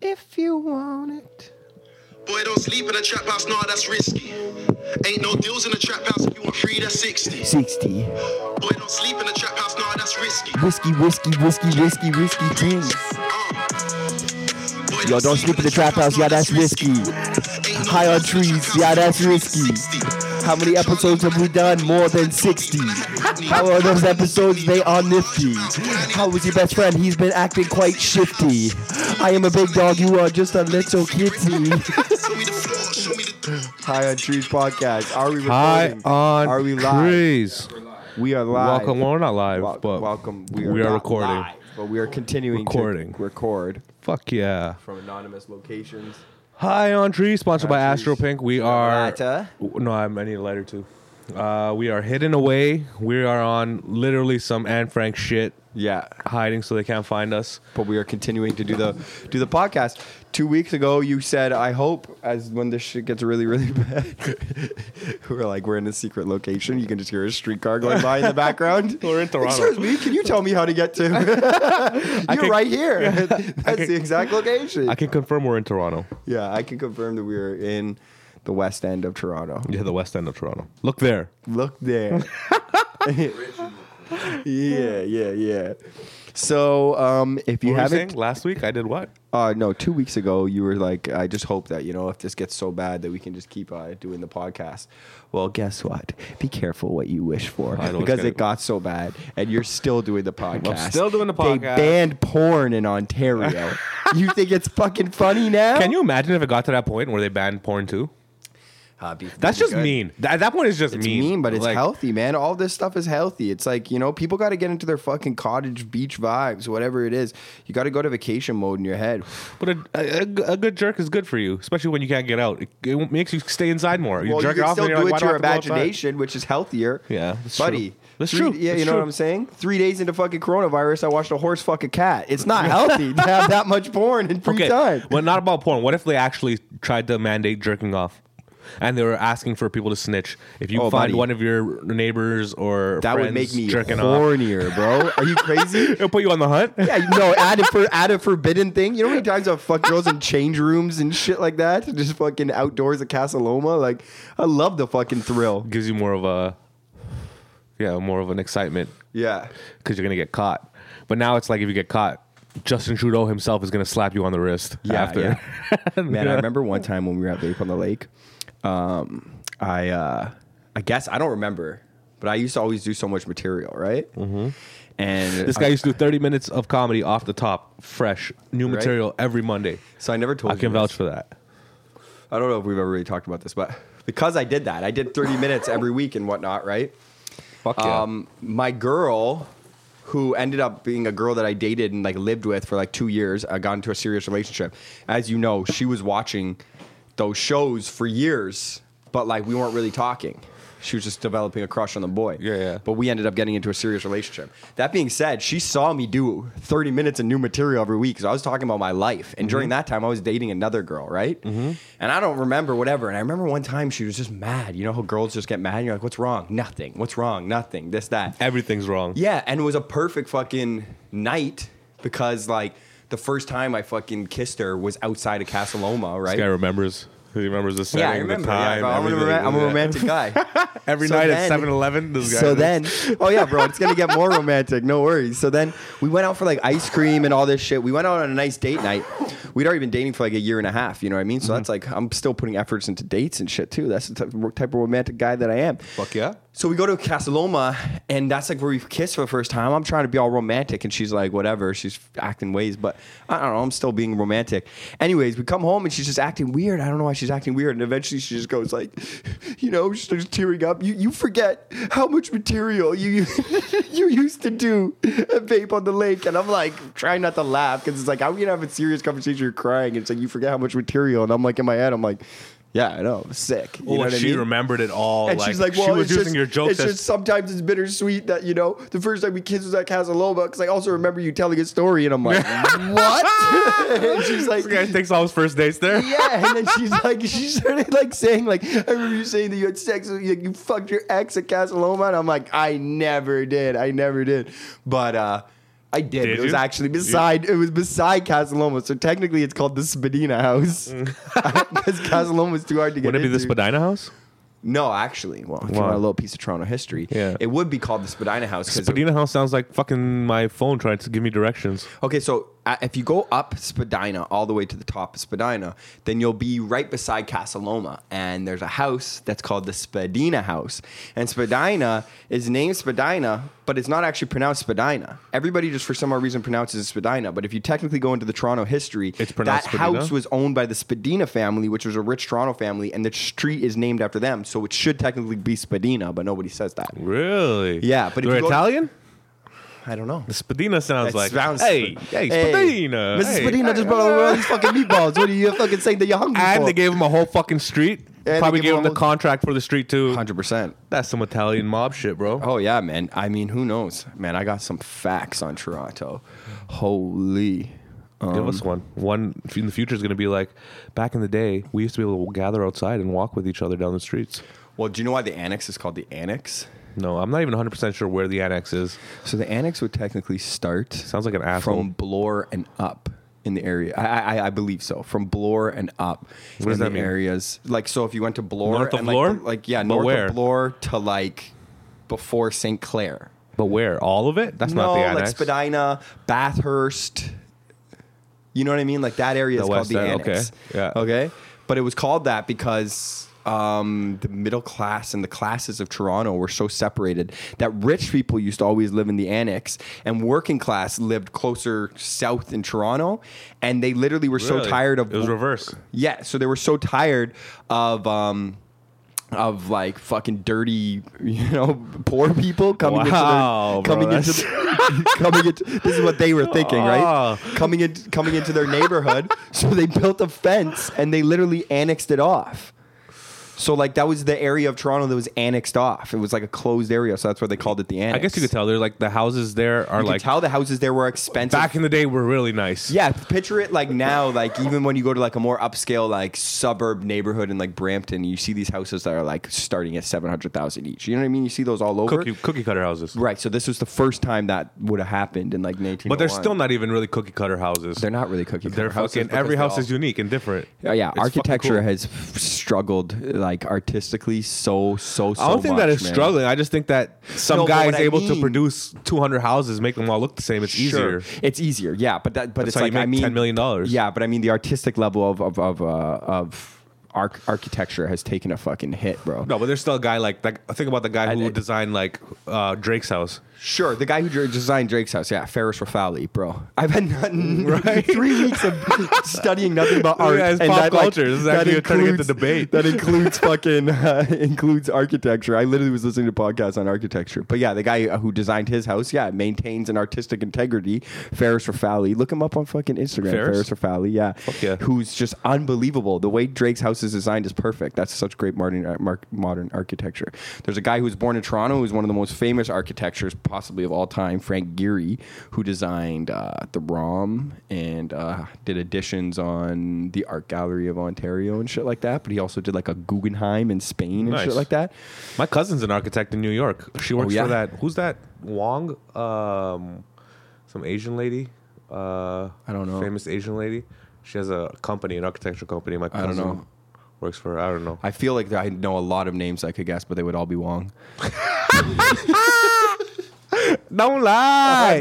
if you want it. Boy, don't sleep in a trap house, nah, that's risky. Ain't no deals in a trap house, if you want free, that's 60. 60. Boy, don't sleep in a trap house, nah, that's risky. Whiskey, whiskey, whiskey, whiskey, whiskey things. Uh. Boy, Yo, don't sleep in the trap house, yeah, that's risky. Ain't no High on deals in a trap trees, house, if yeah, you want that's free, risky. 60. How many episodes have we done? More than 60. How are those episodes? They are nifty. How is your best friend? He's been acting quite shifty. I am a big dog, you are just a little kitty. Show me the floor, show me the door. High on Trees podcast. Are we recording? Hi on Are we live? trees. We are live. Welcome. Well, we're not live, Wel- but welcome. We are, we are not recording. live, but we are continuing Recording. to record Fuck yeah. from anonymous locations. Hi on trees, sponsored by On Trees. Astro Pink. We are. Lighter. No, I'm, I need a lighter too. Uh, we are hidden away. We are on literally some Anne Frank shit, Yeah, hiding so they can't find us. but we are continuing to do the do the podcast. Two weeks ago, you said, "I hope as when this shit gets really, really bad, we're like we're in a secret location. You can just hear a streetcar going by in the background. We're in Toronto. Excuse me, can you tell me how to get to? You're can- right here. That's can- the exact location. I can confirm we're in Toronto. yeah, I can confirm that we are in the west end of Toronto. Yeah, the west end of Toronto. Look there. Look there. yeah, yeah, yeah. So, um, if you What were haven't, saying? last week I did what? uh, no, two weeks ago you were like, I just hope that you know if this gets so bad that we can just keep uh, doing the podcast. Well, guess what? Be careful what you wish for I know it's because gonna- it got so bad, and you're still doing the podcast. still doing the They podcast. banned porn in Ontario. you think it's fucking funny now? Can you imagine if it got to that point where they banned porn too? Uh, be- That's be just good. mean. Th- At that point, it's just It's mean. mean, but it's Like, healthy, man. All this stuff is healthy. It's like, you know, people got to get into their fucking cottage beach vibes, whatever it is. You got to go to vacation mode in your head. But a, a, a good jerk is good for you, especially when you can't get out. It, it makes you stay inside more. You well, jerk you off can still and you're do like, it "Why to do I your have to go outside?" imagination, which is healthier. Yeah, that's buddy. true. That's Three- true. Yeah, That's you know true. what I'm saying? Three days into fucking coronavirus, I watched a horse fuck a cat. It's not healthy to have that much porn in free Okay, time. but not about porn. What if they actually tried to mandate jerking off? And they were asking for people to snitch. If you Oh, find buddy. one of your neighbors or That would friends make me jerking off, hornier, bro. Are you crazy? it'll put you on the hunt. Yeah, you know, add a for add a forbidden thing. You know how many times I've fucked girls in change rooms and shit like that? Just fucking outdoors at Casa Loma. Like, I love the fucking thrill. Gives you more of a, yeah, more of an excitement Yeah. because you're gonna get caught. But now it's like if you get caught, Justin Trudeau himself is gonna slap you on the wrist Yeah, after. Man, I remember one time when we were at Vape on the Lake. Um, I uh, I guess I don't remember, but I used to always do so much material, right? Mm-hmm. And This guy used to do 30 minutes of comedy off the top, fresh, new Right. material every Monday. so I never told I you can this. vouch for that. I don't know if we've ever really talked about this, but because I did that, I did 30 minutes every week and whatnot, right? Fuck yeah. um, my girl who ended up being a girl that I dated and like lived with for like two years, I got into a serious relationship. As you know, she was watching those shows for years, but like we weren't really talking. She was just developing a crush on the boy. Yeah, yeah. But we ended up getting into a serious relationship. That being said, she saw me do 30 minutes of new material every week because I was talking about my life. And Mm-hmm. during that time, I was dating another girl, right? And I don't remember whatever. And I remember one time she was just mad. You know how girls just get mad? And you're like, what's wrong? Nothing. What's wrong? Nothing. This, that. Everything's wrong. Yeah, and it was a perfect fucking night because like the first time I fucking kissed her was outside of Casa Loma, This right? guy rememembers. He remembers the setting, yeah, I remember. the time. yeah, I'm, a, everything. roman- I'm a Yeah. romantic guy. Every So night then- at 7 Eleven, this guy. So is- then, oh yeah, bro, it's gonna get more romantic. No worries. So then we went out for like ice cream and all this shit. We went out on a nice date night. We'd already been dating for like a year and a half. You know what I mean? Mm-hmm. So that's like I'm still putting efforts into dates and shit too. That's the type of, type of romantic guy that I am. Fuck yeah. So we go to Casaloma, and that's like where we kiss for the first time. I'm trying to be all romantic, and she's like, whatever. She's acting ways, but I don't know. I'm still being romantic. Anyways, we come home, and she's just acting weird. I don't know why she's acting weird. And eventually, she just goes like, you know, she's just tearing up. You you forget how much material you you used to do at Vape on the Lake, and I'm like trying not to laugh because it's like how can you have a serious conversation? You're crying. And it's like you forget how much material, and I'm like in my head, I'm like, yeah, I know, sick. You Oh, know and what I she mean? remembered it all. And she's like, well, she was it's using just, your jokes It's as just sometimes it's bittersweet that you know the first time we kissed was at Casaloma because I also remember you telling a story, and I'm like, what? and she's like, this guy takes all his first dates there. yeah, and then she's like, she started like saying like, I remember you saying that you had sex, with, like, you fucked your ex at Casaloma, and I'm like, I never did, I never did, but uh. I did. Did it was you? actually beside. It was beside Casaloma, so technically it's called the Spadina House because Casaloma was too hard to get. Would Mm. it be the into. Spadina house? No, actually, well, if you Wow. want a little piece of Toronto history, Yeah. it would be called the Spadina House. 'cause it- Spadina house sounds like fucking my phone trying to give me directions. okay, so uh, if you go up Spadina all the way to the top of Spadina, then you'll be right beside Casaloma, and there's a house that's called the Spadina House, and Spadina is named Spadina, but it's not actually pronounced Spadina. Everybody just for some odd reason pronounces it Spadina, but if you technically go into the Toronto history, It's pronounced that Spadina? house was owned by the Spadina family, which was a rich Toronto family, and the street is named after them, so it should technically be Spadina, but nobody says that. Really? Yeah, but if they're you go- Italian. I don't know. The Spadina sounds That like sounds- hey, hey, Spadina, Mrs. hey, Spadina hey, just brought over all these fucking meatballs. What are you fucking saying that you're hungry And for? they gave him a whole fucking street. they Probably gave gave him him a the whole- contract for the street too. 100%. That's some Italian mob shit, bro. Oh, yeah, man. I mean, who knows? Man, I got some facts on Toronto. Holy. Oh, Um, Give us one. One in the future is going to be like back in the day. We used to be able to gather outside and walk with each other down the streets. Well, do you know why the annex is called the annex? No, I'm not even 100 percent sure where the annex is. So the annex would technically start Sounds like an asshole. from Bloor and up in the area. I, I, I believe so. From Bloor and up. What does that mean? Areas like so. If you went to Bloor, North of and like, Bloor? the- like yeah, But north where? of Bloor to like before St. Clair. But where? All of it? That's no, not the like annex. Spadina, Bathurst. You know what I mean? Like that area The is called west the end, annex. okay, yeah. Okay. But it was called that because um, the middle class and the classes of Toronto were so separated that rich people used to always live in the annex and working class lived closer south in Toronto. And they literally were so Really? tired of it was reverse. yeah, so they were so tired of um of like fucking dirty, you know, poor people coming Wow, into their, coming bro, into the- coming into this is what they were thinking, right? Oh. Coming in coming into their neighborhood, so they built a fence and they literally annexed it off. So like that was the area of Toronto that was annexed off. It was like a closed area, so that's why they called it the annex. I guess you could tell. They're like the houses there are You could like tell the houses there were expensive. back in the day were really nice. Yeah, picture it like now, like even when you go to like a more upscale like suburb neighborhood in like Brampton, you see these houses that are like starting at seven hundred thousand each. You know what I mean? You see those all over. cookie cookie cutter houses. Right. So this was the first time that would have happened in like nineteen. oh But they're still not even really cookie cutter houses. They're not really cookie. They're cutter houses fucking. because Every they're house all- is unique and different. Yeah, yeah. It's fucking architecture cool. has f- struggled like artistically so so so. I don't think that much, it's man. struggling. I just think that some No, but guy what is I able to mean- produce 200 houses, make them all look the same. It's Sure. easier. It's easier, yeah. But that, but That's it's how you like I make mean, $10 million dollars. Yeah, but I mean, the artistic level of of of uh, of arch- architecture has taken a fucking hit, bro. No, but there's still a guy like that. Think about the guy who I- designed like uh, Drake's house. Sure, the guy who dr- designed Drake's house, yeah, Ferris Rafali, bro. I've had nothing, three weeks of studying nothing about art Yeah, it's pop culture. This is actually that trying to get the includes- debate. That includes fucking uh, includes architecture. I literally was listening to podcasts on architecture, but yeah, the guy uh, who designed his house, yeah, maintains an artistic integrity. Ferris Rafali, look him up on fucking Instagram. Ferris? Ferris, Rafali, yeah, yeah. who's just unbelievable. The way Drake's house is designed is perfect. That's such great modern uh, mar- modern architecture. There's a guy who was born in Toronto who's one of the most famous architectures possibly of all time, Frank Gehry, who designed uh, the ROM and uh, did additions on the Art Gallery of Ontario and shit like that. But he also did like a Guggenheim in Spain and Nice. shit like that. My cousin's an architect in New York. She works Oh, yeah? for that. Who's that? Wong, um, some Asian lady. Uh, I don't know. Famous Asian lady. She has a company, an architecture company. My don't cousin know. works for. I don't know. I feel like I know a lot of names I could guess, but they would all be Wong. Don't lie.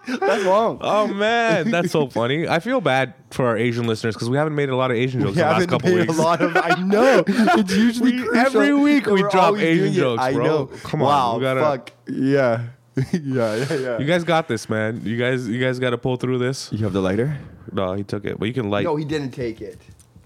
That's Wong. Oh man, that's so funny. I feel bad for our Asian listeners because we haven't made a lot of Asian jokes We in the last haven't couple made weeks. a lot of. I know it's usually We- crucial every week that we we're drop always Asian doing it. jokes, I bro. know. Come on, Wow. we gotta- fuck. Yeah. yeah. Yeah. Yeah. You guys got this, man. You guys, you guys got to pull through this. You have the lighter? No, he took it, but you can light he didn't take it.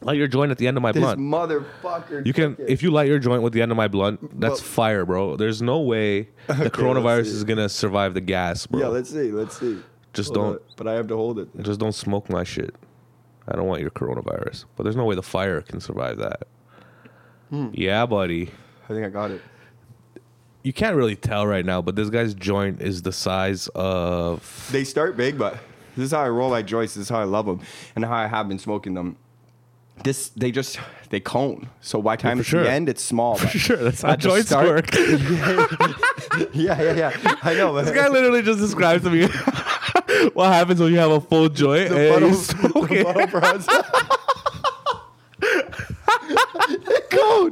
light your joint at the end of my This blunt. motherfucker. You can if you light your joint with the end of my blunt. That's fire, bro. There's no way the coronavirus is gonna survive the gas, bro. Yeah, let's see. Let's see. just Hold don't, it, But I have to hold it. just don't smoke my shit. I don't want your coronavirus, but there's no way the fire can survive that. Yeah, buddy. I think I got it. you can't really tell right now, but this guy's joint is the size of They start big, but this is how I roll my joints. This is how I love them, and how I have been smoking them this they just they cone. So by the time for it's sure. the end, it's small. For sure, that's how at the joints start- work. yeah, yeah, yeah. I know. But This guy literally just describes to me what happens when you have a full joint the and bottle- you smoke the it. bottle process.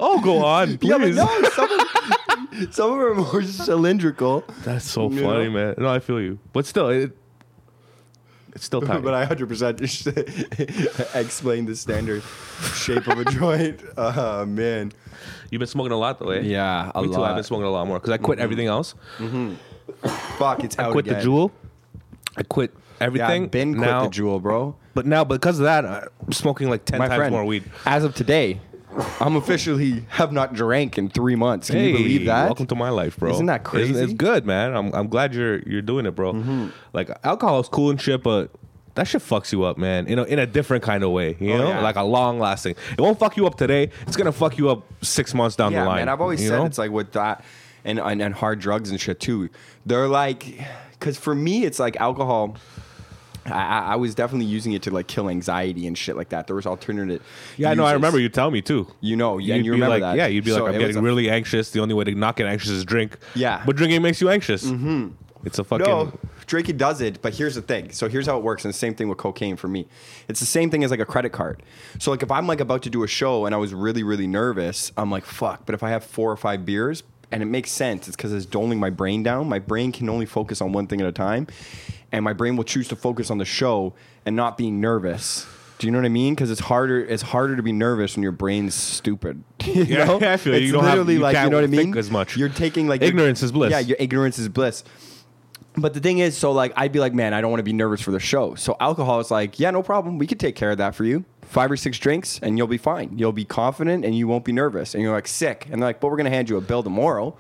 Oh, go on, Yeah, but please. no, some of, some of them are more cylindrical. That's so You funny, know? man. No, I feel you, but still, it, it's still tiny. But I 100% just explain the standard shape of a joint. Oh, man. You've been smoking a lot though, eh? Yeah, a Me too. I've been lot. Mm-hmm. smoking a lot more because I quit everything else. Fuck, it's out I quit the again. jewel. I quit Yeah, everything. I've been quit now, the jewel, bro. But now, because of that, I'm smoking like ten My times friend, more weed. as of today, I'm officially have not drank in three months. Can you believe that? Welcome to my life, bro. Isn't that crazy? Mm-hmm. It's, it's good, man. I'm, I'm glad you're you're doing it, bro. Like alcohol is cool and shit, but that shit fucks you up, man. You know, in a different kind of way. You Oh, know, yeah. like a long lasting. It won't fuck you up today. It's gonna fuck you up six months down yeah, the line. man. I've always you said know? it's like with that and, and and hard drugs and shit too. They're like, because for me, it's like alcohol. I- I, I was definitely using it to like kill anxiety and shit like that. There was alternative. Yeah, I know. I uses. remember you tell me too. You know, yeah, and you be remember like, that. Yeah, you'd be So like, I'm it was getting a- really anxious. The only way to not get anxious is drink. Yeah. but drinking makes you anxious. Mm-hmm. It's a fucking. No, Drakey does it, but here's the thing. So here's how it works, and the same thing with cocaine for me. It's the same thing as like a credit card. So like if I'm like about to do a show and I was really really nervous, I'm like fuck. But if I have four or five beers, and it makes sense, it's because it's doling my brain down. My brain can only focus on one thing at a time, and my brain will choose to focus on the show and not being nervous. Do you know what I mean? Because it's harder. It's harder to be nervous when your brain's stupid. you Yeah, know? I feel you. It's You don't have- literally you like you can't know what I mean. think as much. You're taking like Ignorance is bliss. Yeah, your ignorance is bliss. But the thing is, so like I'd be like, man, I don't want to be nervous for the show. So alcohol is like, yeah, no problem. We could take care of that for you. Five or six drinks, and you'll be fine. You'll be confident, and you won't be nervous. And you're like sick, and they're like, but we're gonna hand you a bill tomorrow.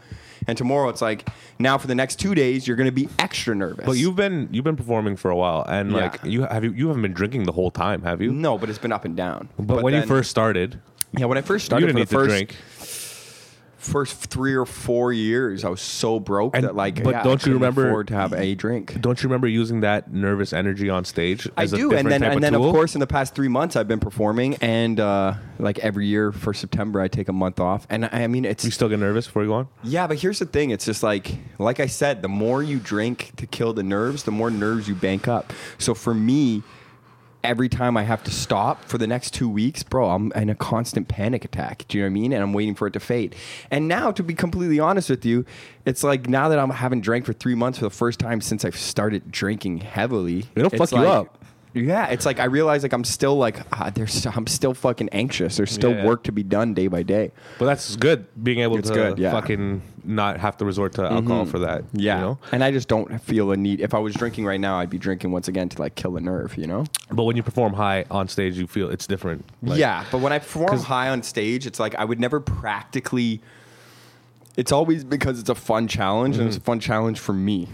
And tomorrow, it's like now for the next two days, you're gonna be extra nervous. But you've been you've been performing for a while, and Yeah. like you have you, you haven't been drinking the whole time, have you? no, but it's been up and down. But, when you then- first started, yeah, when I first you started didn't for the need first to drink. first three or four years, I was so broke And- that like, but yeah, I don't you couldn't remember- afford to have a drink? Don't you remember using that nervous energy on stage? I as a do, and different then type and then tool? of course in the past three months I've been performing, and uh, like every year for September I take a month off, and I I mean it's you still get nervous before you go on. yeah, but here's the thing. It's just like, like I said, the more you drink to kill the nerves, the more nerves you bank up. So for me, every time I have to stop for the next two weeks, bro, I'm in a constant panic attack. Do you know what I mean? And I'm waiting for it to fade. And now, to be completely honest with you, it's like now that I am haven't drank for three months for the first time since I've started drinking heavily, It'll fuck it's you like- up. Yeah, it's like I realize like I'm still like ah, there's I'm still fucking anxious. There's still Yeah. work to be done day by day. But that's good being able It's to good, yeah. Mm-hmm. fucking not have to resort to alcohol for that. Yeah. you know? And I just don't feel a need. If I was drinking right now, I'd be drinking once again to like kill the nerve, you know? But when you perform high on stage, you feel it's different. Like, yeah. But when I perform 'cause- high on stage, it's like I would never practically. It's always because it's a fun challenge Mm-hmm. and it's a fun challenge for me.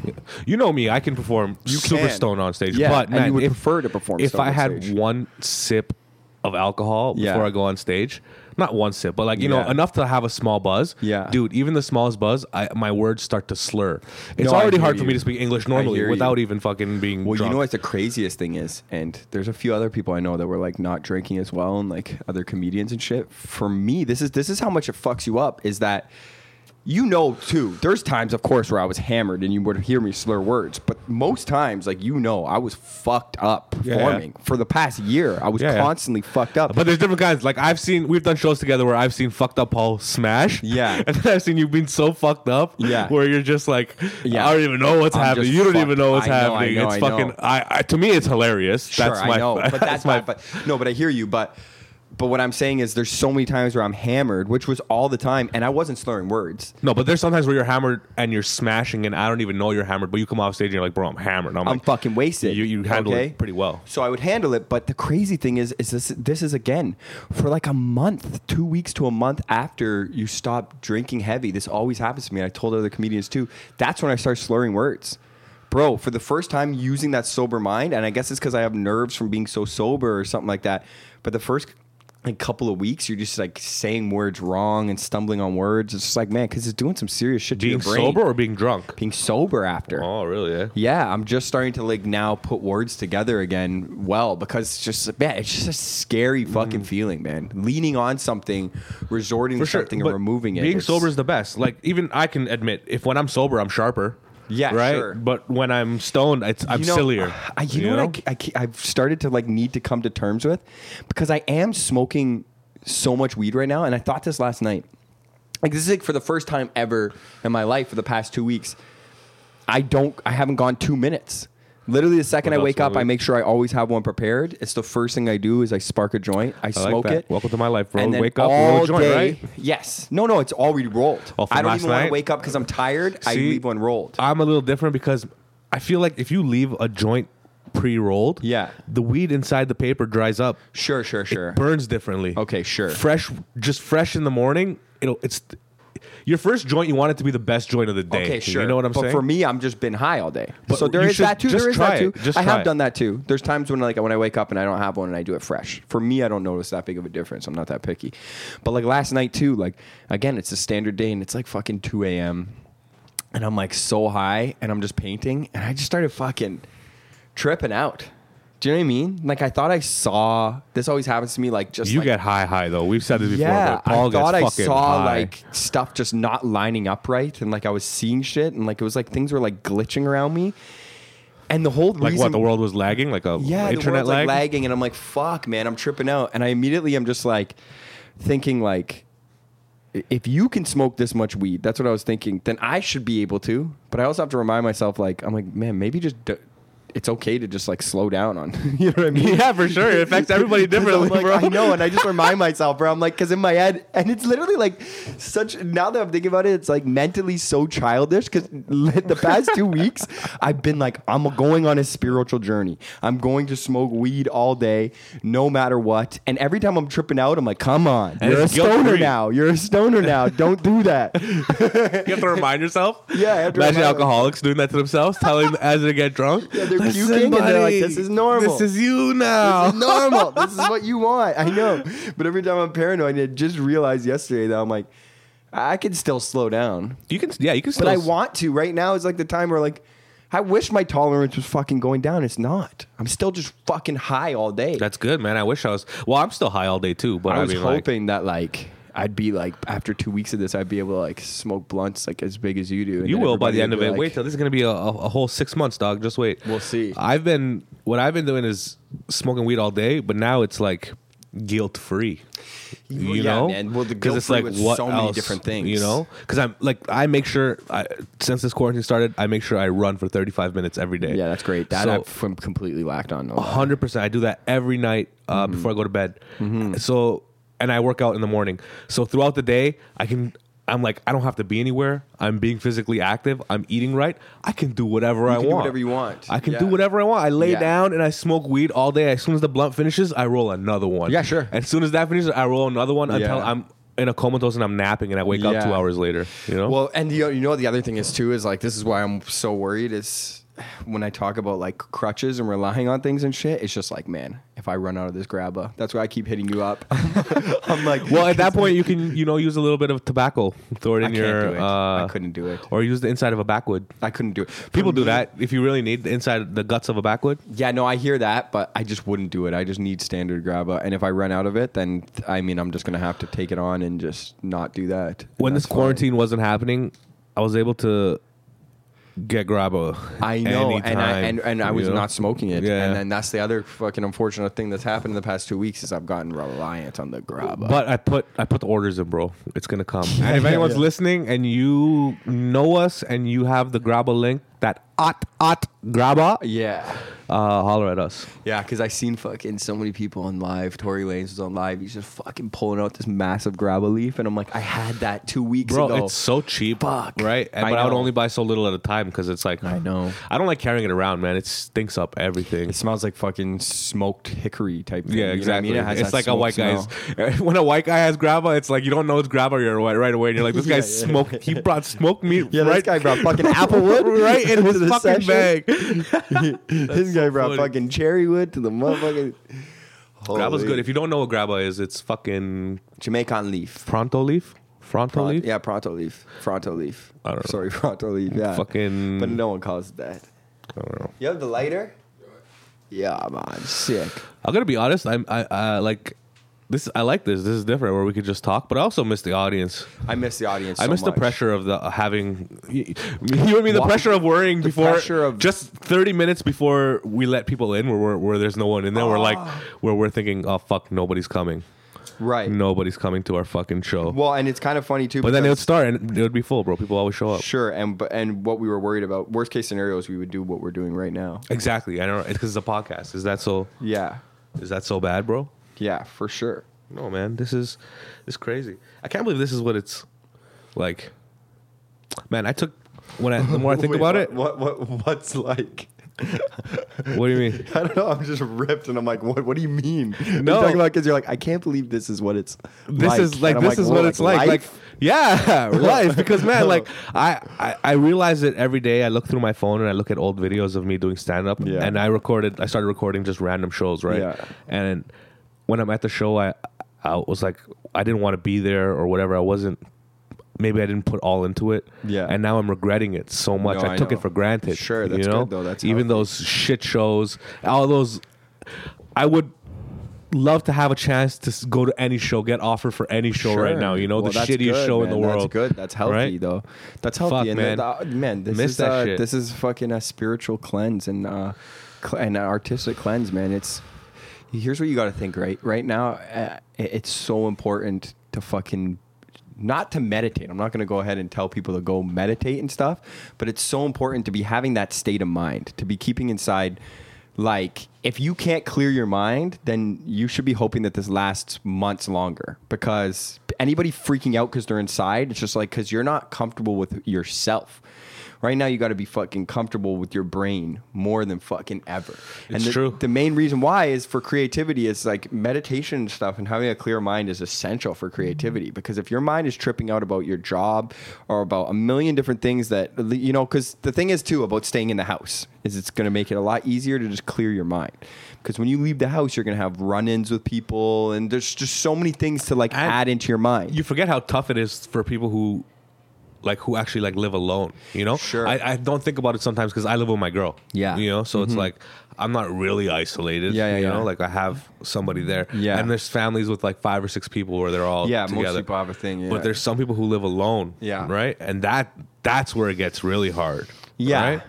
You know me, I can perform You super can. stoned on stage. Yeah, but and man, you would if, prefer to perform If stoned I on had stage. one sip of alcohol Yeah. before I go on stage, not one sip, but like you know Yeah. enough to have a small buzz. Yeah. dude, even the smallest buzz, I, my words start to slur. It's No, I already hear hard for you. me to speak English I normally hear without you. even fucking being. Well, drunk. you know what the craziest thing is, and there's a few other people I know that were like not drinking as well, and like other comedians and shit. For me, this is this is how much it fucks you up. Is that you know too? There's times, of course, where I was hammered and you would hear me slur words, but most times, like you know, I was fucked up Yeah, yeah. performing for the past year. I was Yeah, yeah. constantly fucked up. But there's different kinds. Like I've seen, we've done shows together where I've seen fucked up Paul smash. Yeah. and then I've seen you being so fucked up. Yeah. where you're just like, Yeah. I don't even know what's I'm happening. just You don't even fucked. know what's I know, I happening. know, it's I fucking. know. I, I to me, it's hilarious. that's sure, my. I know, but that's my. But, no, but I hear you. But but what I'm saying is, there's so many times where I'm hammered, which was all the time, and I wasn't slurring words. No, but there's sometimes where you're hammered and you're smashing, and I don't even know you're hammered. But you come off stage and you're like, bro, I'm hammered. And I'm, I'm like, fucking wasted. You you handle okay? it pretty well. So I would handle it, but the crazy thing is, is this this is again for like a month, two weeks to a month after you stop drinking heavy. This always happens to me. and I told other comedians too. That's when I start slurring words. Bro, for the first time using that sober mind, and I guess it's because I have nerves from being so sober or something like that. But the first a couple of weeks, you're just like saying words wrong and stumbling on words. It's just like, man, because it's doing some serious shit Being to your brain. sober or being drunk? being sober after. Oh, really? Eh? Yeah, I'm just starting to like now put words together again well because it's just man, it's just a scary fucking Mm. feeling, man. Leaning on something, resorting to something but or removing it. Being it's- sober is the best. Like even I can admit, if when I'm sober, I'm sharper. Yeah, right. sure. But when I'm stoned, it's, I'm you know, sillier. I, you, know, what I, I, have started to like need to come to terms with because I am smoking so much weed right now, and I thought this last night. Like this is like for the first time ever in my life for the past two weeks. I don't. I haven't gone two minutes. Literally, the second Well, I that's wake up, what we- I make sure I always have one prepared. It's the first thing I do is I spark a joint. I, smoke that. it. Welcome to my life, bro. And then Wake up, roll a all joint, day- right? Yes. No, no. It's already rolled. Oh, from I don't last even want night? to wake up because I'm tired. I See, Uh, leave one rolled. I'm a little different because I feel like if you leave a joint pre-rolled, Yeah. the weed inside the paper dries up. sure, sure, sure. It burns differently. Okay, sure. Fresh, just fresh in the morning. It'll. It's your first joint. You want it to be the best joint of the day. Okay, sure. You know what I'm but saying? for me, I'm just been high all day. But so there you is should that too. just There is try that too. it. Just I try have it. done that too. There's times when like when I wake up and I don't have one and I do it fresh. For me, I don't notice that big of a difference. I'm not that picky. But like last night too, like again, it's a standard day and it's like fucking 2 a.m. and I'm like so high and I'm just painting and I just started fucking tripping out. Do you know what I mean? Like I thought I saw this always happens to me. Like just you like, get high, high though. We've said this before. yeah, but Paul I thought gets I fucking saw high. like stuff just not lining up right, and like I was seeing shit, and like it was like things were like glitching around me, and the whole like reason, what the world was lagging, like a yeah, the internet world's, like, lag. lagging, and I'm like, fuck, man, I'm tripping out, and I immediately am just like thinking like, i- if you can smoke this much weed, that's what I was thinking, then I should be able to, but I also have to remind myself like, I'm like, man, maybe just. D- it's okay to just like slow down on, you know what I mean? Yeah, for sure. It affects everybody 'Cause I'm differently, like, bro. I know, and I just remind myself, bro. I'm like, because in my head, and it's literally like such. Now that I'm thinking about it, it's like mentally so childish. Because the past two weeks, I've been like, I'm going on a spiritual journey. I'm going to smoke weed all day, no matter what. And every time I'm tripping out, I'm like, come on, And you're a it's guilt-free. stoner now. You're a stoner now. Don't do that. You have to remind yourself. Yeah, I have to Imagine remind- alcoholics doing that to themselves, telling as they get drunk. Yeah, they're puking and they're like, "This is normal." This is you now. This is normal. this is what you want. I know. But every time I'm paranoid, I just realized yesterday that I'm like, I can still slow down. you can, yeah, you can. But Still I want to. Right now is like the time where like I wish my tolerance was fucking going down. It's not. I'm still just fucking high all day. That's good, man. I wish I was. Well, I'm still high all day too, but I, I was mean, like- hoping that like I'd be like after two weeks of this, I'd be able to like smoke blunts like as big as you do. and you then will by the end everybody of would it. be wait till this is gonna be a, a, a whole six months, dog. Just wait. We'll see. I've been what I've been doing is smoking weed all day, but now it's like guilt free. You yeah, know, man. Well, the 'Cause guilt it's free like with what so many else, different things. You know, because I'm like I make sure I, since this quarantine started, I make sure I run for 35 minutes every day. yeah, that's great. That So- Uh-huh. I've com- completely lacked on. no lie. hundred percent. I do that every night Mm-hmm. uh, before I go to bed. So and I work out in the morning. So throughout the day, I can. I'm like I don't have to be anywhere. I'm being physically active. I'm eating right. I can do whatever I can do want. whatever you want. I can Yeah. do whatever I want. I lay Yeah. down and I smoke weed all day. As soon as the blunt finishes, I roll another one. Yeah, sure. As soon as that finishes, I roll another one until Yeah. I'm in a comatose and I'm napping and I wake up Yeah. two hours later. You know. Well, and you know, you know what the other thing is too is like this is why I'm so worried is when I talk about like crutches and relying on things and shit. It's just like man, if I run out of this grabba, that's why I keep hitting you up. I'm like, Well, at that point, you can you know use a little bit of tobacco, throw it in I can't your. do it. Uh, I couldn't do it. Or use the inside of a backwood. I couldn't do it. People For do me- that if you really need the inside the guts of a backwood. Yeah, no, I hear that, but I just wouldn't do it. I just need standard grabba, and if I run out of it, then th- I mean, I'm just gonna have to take it on and just not do that. And When this that's fine. quarantine wasn't happening, I was able to get grabo. I know, and I anytime, and, and I you was know? not smoking it, Yeah. and then that's the other fucking unfortunate thing that's happened in the past two weeks is I've gotten reliant on the grabba. But I put I put the orders in, bro. It's gonna come. and if yeah, anyone's yeah. listening and you know us and you have the grabo link, that ot ot graba, uh, yeah, holler at us. yeah, because I seen fucking so many people on live. Tory Lanez was on live. He's just fucking pulling out this massive grabba leaf, and I'm like, I had that two weeks Bro, ago. it's so cheap, Fuck. right? And, I but I would know. only buy so little at a time because it's like I know. I don't like carrying it around, man. It stinks up everything. it smells like fucking smoked hickory type. Thing, Yeah, you know what I exactly. mean? It has it's that like a smoke white smell. guy's. When a white guy has grabba, it's like you don't know it's grabba you're right, right away, and you're like, this Yeah, guy's yeah. smoked. He brought smoked meat. Yeah, right, this guy brought fucking applewood right in to his the fucking session. bag. this guy brought funny. fucking cherry wood to the motherfucking. Graba's Holy. good. If you don't know what graba is, it's fucking Jamaican leaf. pronto leaf, fronto Pron- leaf. Yeah, pronto leaf. Pronto leaf. I don't know. Sorry, pronto leaf. Yeah. Fucking- But no one calls it that. I don't know. You have the lighter? Yeah, man. Sick. I'm gonna be honest. I'm I, I like this. I like this. This is different where we could just talk, but I also miss the audience. I miss the audience. I so miss the much. pressure of the uh, having you and me the Why- pressure of worrying the before pressure of- just 30 minutes before we let people in where where, where there's no one and then we're like where we're thinking oh fuck nobody's coming Ah. Right. nobody's coming to our fucking show Well, and it's kind of funny too. but then it would because- start and it would be full bro people always show up Sure, and but and what we were worried about, worst case scenario is we would do what we're doing right now. exactly I know because it's a podcast is that so Yeah, is that so bad bro yeah, for sure. no man this is this is crazy I can't believe this is what it's like man I took when I the more I think Wait, about what- it What what what's like? what do you mean I don't know. I'm just ripped, and I'm like, what? What do you mean? No. you're talking about because you're like, I can't believe this is what it's. this is like And this I'm is "Whoa, what it's like like life?" yeah life because man like I, I i realize it every day i look through my phone and i look at old videos of me doing stand-up Yeah. and i recorded i started recording just random shows right Yeah. and when i'm at the show i i was like i didn't want to be there or whatever i wasn't maybe i didn't put all into it Yeah. and now i'm regretting it so much No, i I took know. it for granted Sure, that's you know good, though. That's even healthy. those shit shows all those i would love to have a chance to s- go to any show, get offered for any show right Sure. now. You know, Well, the that's shittiest good, show in the man. world. That's good. That's healthy Right? though. That's Fuck, healthy. and man. man, man this Miss is that uh, shit. this is fucking a spiritual cleanse and uh, cl- and an artistic cleanse, man. It's here's what you got to think. Right, right now, uh, it- it's so important to fucking not to meditate. I'm not going to go ahead and tell people to go meditate and stuff, but it's so important to be having that state of mind, to be keeping inside like if you can't clear your mind then you should be hoping that this lasts months longer because anybody freaking out because they're inside it's just like because you're not comfortable with yourself right now you got to be fucking comfortable with your brain more than fucking ever and It's the, true. the main reason why is for creativity is like meditation and stuff and having a clear mind is essential for creativity because if your mind is tripping out about your job or about a million different things that you know because the thing is too about staying in the house is it's going to make it a lot easier to just clear your mind because when you leave the house you're going to have run-ins with people and there's just so many things to like And add into your mind You forget how tough it is for people who like who actually like live alone, you know? Sure. I, I don't think about it sometimes because I live with my girl. Yeah. Mm-hmm. You know, so it's like I'm not really isolated. Yeah, yeah, You yeah. know, like I have somebody there. Yeah. And there's families with like five or six people where they're all Yeah, most together. people have a thing, yeah. But there's some people who live alone. Yeah. Right? And that that's where it gets really hard. Yeah. Right?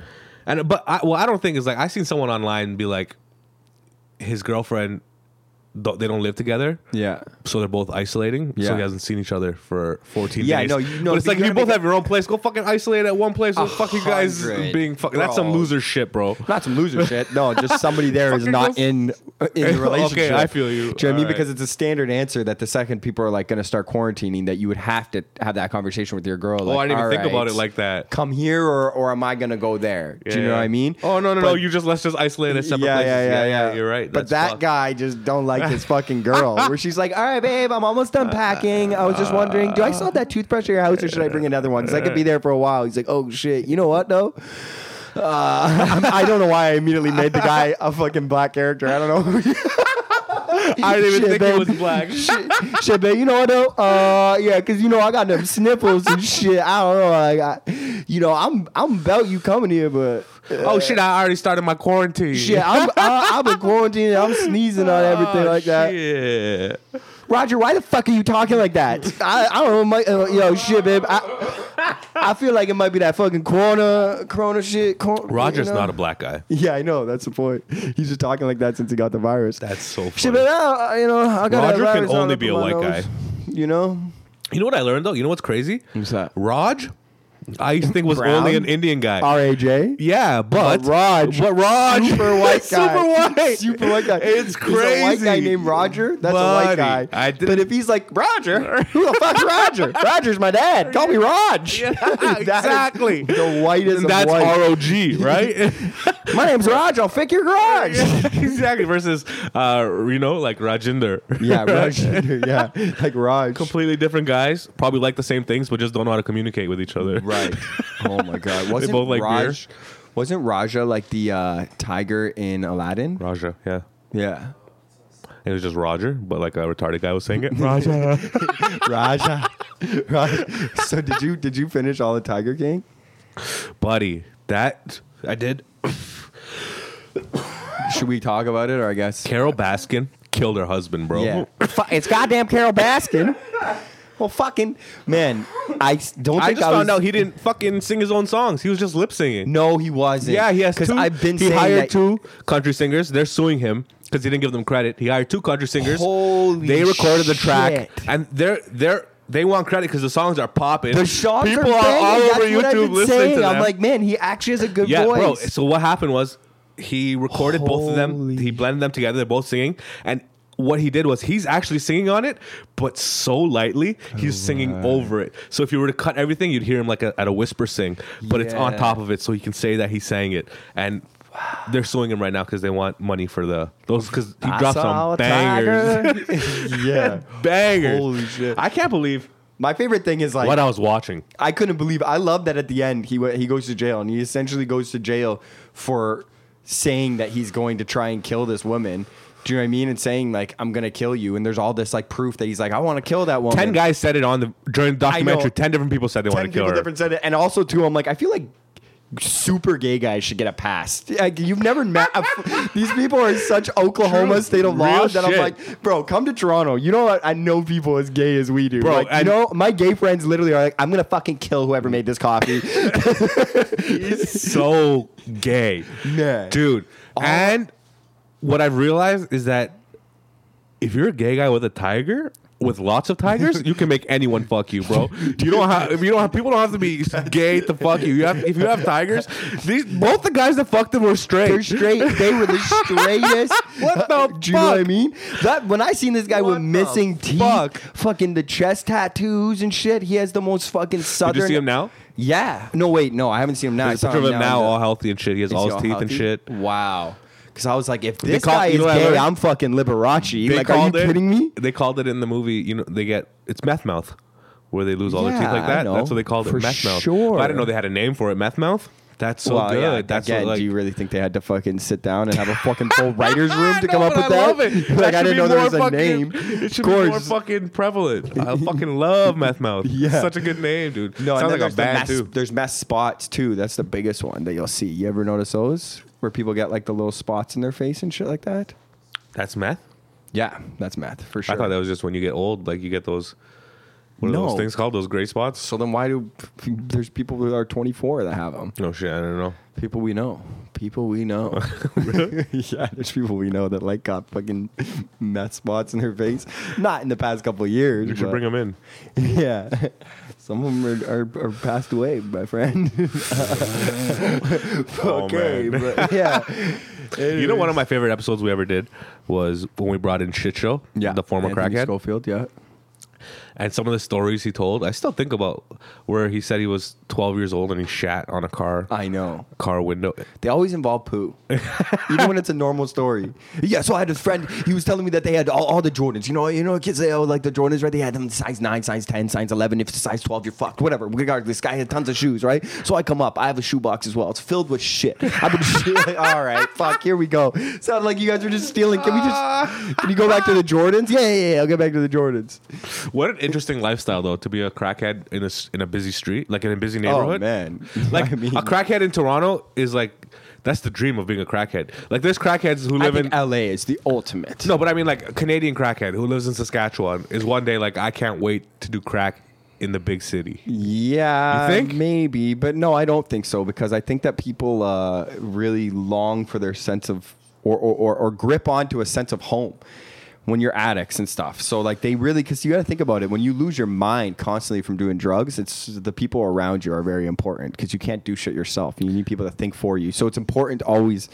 And but I well, I don't think it's like I seen someone online be like his girlfriend don't- they don't live together yeah so they're both isolating. So Yeah. he hasn't seen each other for 14 Yeah, days. no, you know, but it's but like you you gotta both make- have your own place. Go fucking isolate at one place. What A fuck you guys hundred, being fuck. That's some bro. loser shit, bro. not some loser shit. No, just somebody there is Fucking not go- in uh, in Okay, the relationship. I feel you. Do you know what I mean? All right. Because it's a standard answer that the second people are like going to start quarantining, that you would have to have that conversation with your girl. Oh, I didn't even think about it like that. Come here, or or am I going to go there? Do you know Yeah. what I mean? Oh no, no, no. But- You just let's just isolate at separate yeah, places. yeah, yeah, yeah. You're right. But That's that fucked. guy just don't like this fucking girl. where she's like, "All right, babe, I'm almost done packing. I was just wondering, do I still have that toothbrush at your house, or should I bring another one? Because I could be there for a while." He's like, "Oh shit, you know what though." Uh, I don't know why I immediately made the guy a fucking black character. I don't know. who he- I didn't even Shit, think babe. he was black. shit, shit, babe. You know what though? Uh, yeah, because you know I got them sniffles and shit. I don't know. Like, I, you know, I'm I'm about you coming here, but oh shit! I already started my quarantine. Shit, I'm, I, I've been quarantined. I'm sneezing on everything like that. Shit. Roger, why the fuck are you talking like that? I, I don't know. Might, uh, yo, shit, babe. I, I feel like it might be that fucking corona, corona shit. Cor- Roger's you know? not a black guy. Yeah, I know. That's the point. He's just talking like that since he got the virus. That's so shit, funny. babe. I, you know, I got Roger that can virus all only up be in a my white nose. guy. You know? You know what I learned though? You know what's crazy? What's that? Raj, I used to think was Brown? only an Indian guy. R A J. Yeah, but, But Raj, but Raj, super white guy, super white, super white guy. It's There's a white guy crazy. named Roger. That's a white Buddy, guy. I didn't- but if he's like Roger, who the fuck's Roger? Roger's my dad. Call me Raj. Yeah, That is exactly. the whitest. And of that's white. ROG, right? my name's Raj. I'll fix your garage. exactly. Versus, uh, you know, like Rajinder. yeah, Raj. yeah, like Raj. Completely different guys, probably like the same things, but just don't know how to communicate with each other. Right. Oh my God. Wasn't both like Raj? Wasn't Raja like the uh, tiger in Aladdin? Raja, yeah. Yeah. it was just Roger, but like a retarded guy was saying it. Roger. Raja. Raja. So did you did you finish all the Tiger King? Buddy, that I did. Should we talk about it, or I guess? Carol Baskin killed her husband, bro. Fu- it's goddamn Carol Baskin. Well, fucking man, I s- don't think I I, just found was- out he didn't fucking sing his own songs. He was just lip singing. No, he wasn't. Yeah, he has Because two. I've been he saying hired that- two country singers. They're suing him because he didn't give them credit. He hired two country singers. Holy They recorded the track, shit. and they're they're they want credit because the songs are popping. The songs People are, are, banging. all That's over what I've YouTube been listening saying. to them. I'm like, man, he actually has a good yeah, voice. bro. So what happened was he recorded both of them. Holy- He blended them together. They're both singing, and what he did was he's actually singing on it, but so lightly he's singing over it. So if you were to cut everything, you'd hear him like a, at a whisper sing, but it's on Yeah. top of it, so he can say that he sang it. And they're suing him right now because they want money for the those because he I dropped saw some a bangers, tiger. yeah. bangers. Holy shit. I can't believe My favorite thing is like what I was watching. I couldn't believe. I love that at the end he wa- he goes to jail and he essentially goes to jail for saying that he's going to try and kill this woman. Do you know what I mean? And saying like I'm gonna kill you, and there's all this like proof that he's like I want to kill that woman. Ten guys said it on the during the know. documentary. Ten different people said they want ten to kill people her. different said it, and also too, I'm like I feel like super gay guys should get a pass. Like you've never met a f- these people are such Oklahoma True. state of Real law that I'm shit. like, bro, come to Toronto. You know what? I know people as gay as we do, Bro, Like, you and- know my gay friends literally are like, I'm gonna fucking kill whoever made this coffee. so gay, Man. dude. and what I've realized is that if you're a gay guy with a tiger, with lots of tigers, you can make anyone fuck you, bro. You don't have if you don't have people don't have to be gay to fuck you. You have if you have tigers, these both the guys that fucked them were straight. They're straight. They were the straightest. Uh, What the Do you know what I fuck? mean? That when I seen this guy What with the missing teeth, fuck? fucking the chest tattoos and shit, he has the most fucking southern. Did you see him now? Yeah. No, wait, no, I haven't seen him now. There's I a saw picture of him now, in the- all healthy and shit. He has Is all he his teeth and healthy? shit. Wow. Because I was like, if this call- guy you know what is I gay, learned? I'm fucking Liberace. They like, are you called it- kidding me? They called it in the movie. You know, they get it's meth mouth, where they lose all their Yeah, teeth like I that. know. That's what they called For it, meth mouth. sure. But I didn't know they had a name for it, meth mouth. That's so Well, good. yeah, That's again, what, like, do you really think they had to fucking sit down and have a fucking full writer's room to No, come up with but I that? Love it. like, That I should didn't be know there more was a fucking- name. It should Of be more course. fucking prevalent. I fucking love meth mouth. Yeah. It's such a good name, dude. No, and sounds then like a there's the band mess, too. There's mess spots too. That's the biggest one that you'll see. You ever notice those where people get like the little spots in their face and shit like that? That's meth. Yeah, that's math for sure. I thought that was just when you get old, like you get those. What are No. those things called? Those gray spots? so then why do there's people that are 24 that have them? no shit, I don't know. People we know. People we know. yeah, there's people we know that like got fucking meth spots in their face. Not in the past couple of years. You should but- bring them in. Yeah. Some of them are, are, are passed away, my friend. okay, Oh, man. but yeah. You know, one of my favorite episodes we ever did was when we brought in Shit Show, the former Anthony crackhead, Schofield, yeah. and some of the stories he told. I still think about where he said he was 12 years old and he shat on a car I know. car window. They always involve poo, even when it's a normal story. Yeah, so I had a friend. He was telling me that they had all, all the Jordans. You know, you know, kids say, "Oh, like the Jordans, right? They had them size nine, size ten, size eleven. If it's size twelve, you're fucked. Whatever. Regardless, this guy had tons of shoes, right? So I come up. I have a shoe box as well. It's filled with shit. I've been shit. Like, all right, fuck. Here we go. Sounded like you guys were just stealing. Can we just? Can you go back to the Jordans? Yeah, yeah, yeah. I'll get back to the Jordans. What an interesting lifestyle, though, to be a crackhead in a s- in a busy street, like in a busy neighborhood. Oh, man. like I mean- a crackhead in Toronto is like that's the dream of being a crackhead. Like there's crackheads who I live in think LA is the ultimate. No, but I mean, like a Canadian crackhead who lives in Saskatchewan is one day like I can't wait to do crack in the big city. Yeah, You think? maybe, but no, I don't think so because I think that people uh, really long for their sense of or, or, or, or grip onto a sense of home when you're addicts and stuff. So like they really because you got to think about it when you lose your mind constantly from doing drugs, it's the people around you are very important because you can't do shit yourself. You need people to think for you. So it's important always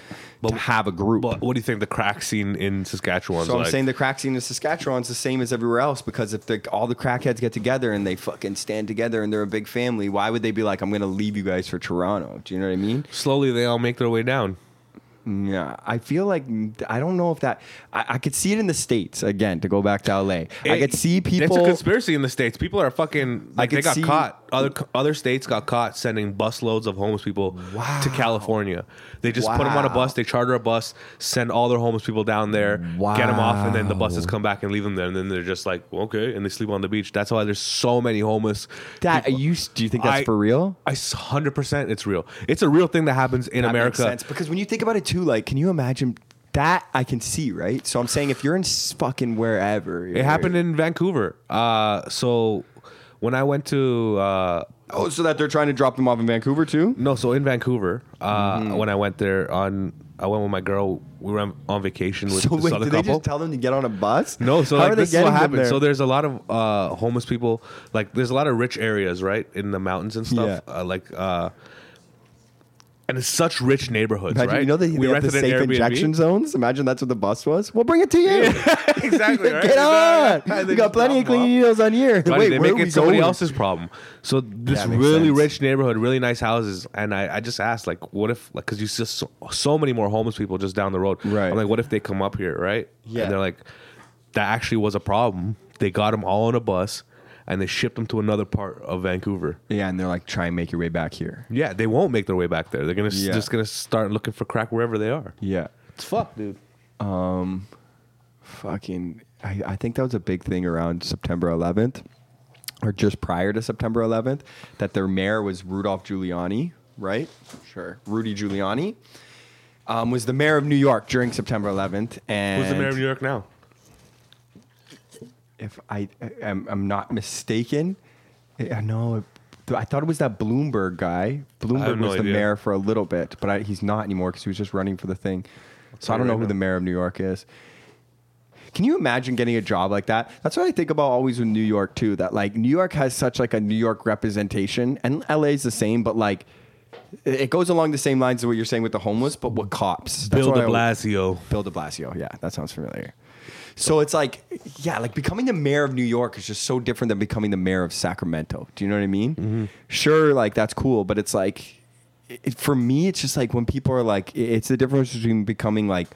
to have a group. But what do you think the crack scene in Saskatchewan? So I'm like? saying the crack scene in Saskatchewan is the same as everywhere else because if the, all the crackheads get together and they fucking stand together and they're a big family, why would they be like, I'm going to leave you guys for Toronto? Do you know what I mean? slowly they all make their way down. Yeah, I feel like I don't know if that. I, I could see it in the states again to go back to LA. I It- could see people. It's a conspiracy in the states. People are fucking like I they could got see, caught. other co- other states got caught sending busloads of homeless people to California. They just put them on a Wow. bus. They charter a bus, send all their homeless people down there, get them off, and then the buses come back and leave them there. And then they're just like, okay, and they sleep on the beach. That's why there's so many homeless. That are you? Do you think that's I- for real? I hundred percent, it's real. It's a real thing that happens in That makes America. sense. because when you think about it too, like, can you imagine that? I can see right. So I'm saying if you're in s- fucking wherever, It happened in Vancouver. Uh, so when I went to uh, Oh, so that they're trying to drop them off in Vancouver too. no, so in Vancouver, uh, Mm-hmm. when I went there on, I went with my girl. We were on, on vacation with So this wait, other did they couple. just tell them to get on a bus? no, so How like are they this is what getting them happened. there? So there's a lot of uh, homeless people. Like there's a lot of rich areas, right, in the mountains and stuff. Yeah. Uh, like. Uh, and it's such rich neighborhoods, Imagine, right? You know they, they have the rented an safe Airbnb. injection zones. Imagine that's what the bus was. We'll bring it to you. exactly. Right? Get on. And they we got just plenty drop of 'em off. clean needles on here. Funny, Wait, they where make are we it somebody going? else's problem. So this That makes really sense. rich neighborhood, really nice houses, and I, I just asked like, what if like because you see so, so many more homeless people just down the road. Right. I'm like, what if they come up here, right? Yeah. And they're like, that actually was a problem. They got them all on a bus, and they shipped them to another part of Vancouver. Yeah, and they're like, try and make your way back here. Yeah, they won't make their way back there. They're gonna s- Yeah. just gonna start looking for crack wherever they are. Yeah. Um, It's fucked, dude. fucking I, I think that was a big thing around September 11th or just prior to September 11th that their mayor was Rudolph Giuliani, right? Sure. Rudy Giuliani um, was the mayor of New York during September 11th and Who's the mayor of New York now? if I am I'm not mistaken, I I know it- I thought it was that Bloomberg guy. Bloomberg no was the idea. mayor for a little bit, but I, he's not anymore because he was just running for the thing. so I don't right know who now. the mayor of New York is. Can you imagine getting a job like that? That's what I think about always with New York too. That like New York has such like a New York representation, and LA is the same, but like it it goes along the same lines as what you're saying with the homeless, but with cops. That's Bill what De I always- Blasio. Bill de Blasio. Yeah, that sounds familiar. So it's like, yeah, like becoming the mayor of New York is just so different than becoming the mayor of Sacramento. Do you know what I mean? Sure, like that's cool, but it's like, it, for me, it's just like when people are like, it- it's the difference between becoming like,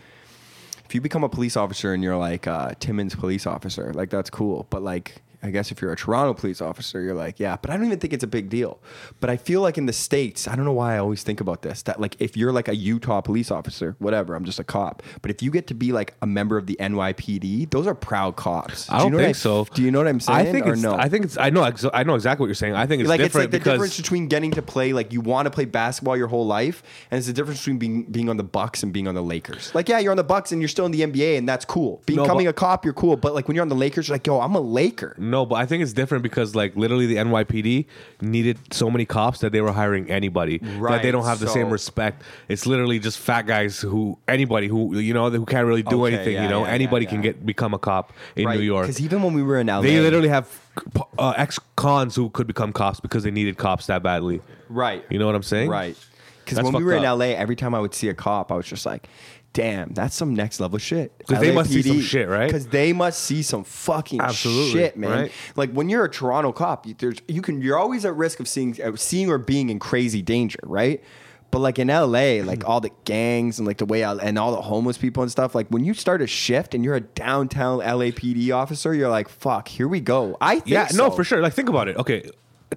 if you become a police officer and you're like uh, Timmins police officer, like that's cool. But like, I guess if you're a Toronto police officer, you're like, yeah. But I don't even think it's a big deal. But I feel like in the states, I don't know why I always think about this. That like, if you're like a Utah police officer, whatever, I'm just a cop. But if you get to be like a member of the NYPD, those are proud cops. Do I don't you know what think so. Do you know what I'm saying? I think or it's, no? I think it's. I know. ex- I know exactly what you're saying. I think it's like it's different like the because difference between getting to play like you want to play basketball your whole life, and it's the difference between being being on the Bucks and being on the Lakers. Like yeah, you're on the Bucks and you're still in the NBA, and that's cool. No, Becoming but- a cop, you're cool. But like when you're on the Lakers, you're like yo, I'm a Laker. No, but I think it's different because like literally the NYPD needed so many cops that they were hiring anybody. That they Right, don't have the so- same respect. It's literally just fat guys who anybody who you know who can't really do Okay, anything. yeah, you know yeah, anybody yeah, can yeah. get become a cop in New York. Because even when we were in LA, They literally have uh, ex cons who could become cops because they needed cops that badly. Right. You know what I'm saying? Right. Because That's when we fucked were in up. LA, every time I would see a cop, I was just like, damn, that's some next level shit. 'Cause they must see some shit, right? Because they must see some fucking Absolutely, shit, man. right? Like when you're a Toronto cop, you, there's, you can you're always at risk of seeing uh, seeing or being in crazy danger, right? But like in LA, Mm-hmm. like all the gangs and like the way I, and all the homeless people and stuff. Like when you start a shift and you're a downtown LAPD officer, you're like, "Fuck, here we go." I think Yeah, so. no, for sure. Like, think about it. Okay,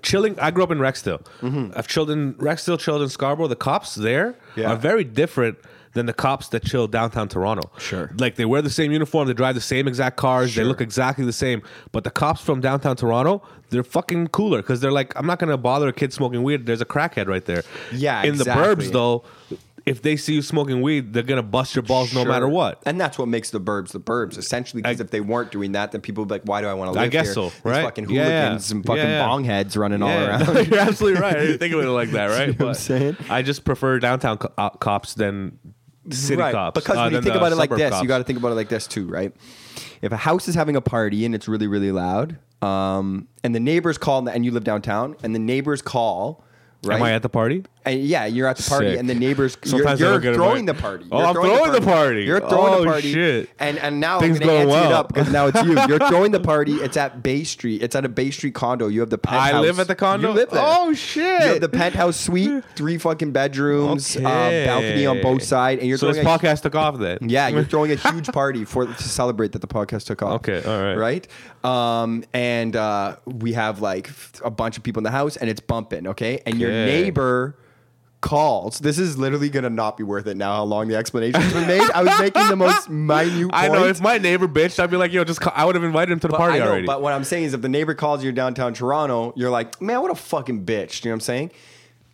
chilling. I grew up in Rexdale. I've chilled in Rexdale, chilled in Scarborough. The cops there Mm-hmm. Yeah. are very different than the cops that chill downtown Toronto. Sure. Like, they wear the same uniform, they drive the same exact cars, Sure. they look exactly the same. But the cops from downtown Toronto, they're fucking cooler because they're like, I'm not going to bother a kid smoking weed. There's a crackhead right there. Yeah, In the exactly. burbs, though, if they see you smoking weed, they're going to bust your balls no Sure. matter what. And that's what makes the burbs the burbs, essentially. Because I- if they weren't doing that, then people would be like, why do I want to live I guess here? so, These right? fucking Yeah, yeah. hooligans and fucking Yeah, yeah. bong heads running all Yeah, around. you're absolutely right. I didn't think of it like that, right? what I'm saying? I just prefer downtown co- uh, cops than city cops. Because uh, when you than think the about it like suburb this, cops. you got to think about it like this too, right? If a house is having a party and it's really, really loud, um, and the neighbors call, and you live downtown, and the neighbors call, right? Am I at the party? And yeah, you're at the party, Sick. and the neighbors. Sometimes I you're don't get you're it throwing the right. party. Oh, You're I'm throwing the party. You're throwing Oh, the party. shit. And and now Things I'm gonna going answer well. it up because now it's you. You're throwing the party. It's at Bay Street. It's at a Bay Street condo. You have the penthouse. I live at the condo. You live there. Oh You have shit! the penthouse suite, three fucking bedrooms, um, balcony on both sides, and you're so throwing this a- podcast took off then. yeah, you're throwing a huge party for to celebrate that the podcast took off. Okay, all right. right. Um, and uh, we have like f- a bunch of people in the house, and it's bumping. Okay, and your Okay. neighbor calls. This is literally gonna not be worth it now. How long the explanation's been made? I was making the most minute. Point. I know if my neighbor bitched, I'd be like, yo, just call. I would have invited him to the But party I know, already. But what I'm saying is, if the neighbor calls you downtown Toronto, you're like, man, what a fucking bitch. You know what I'm saying?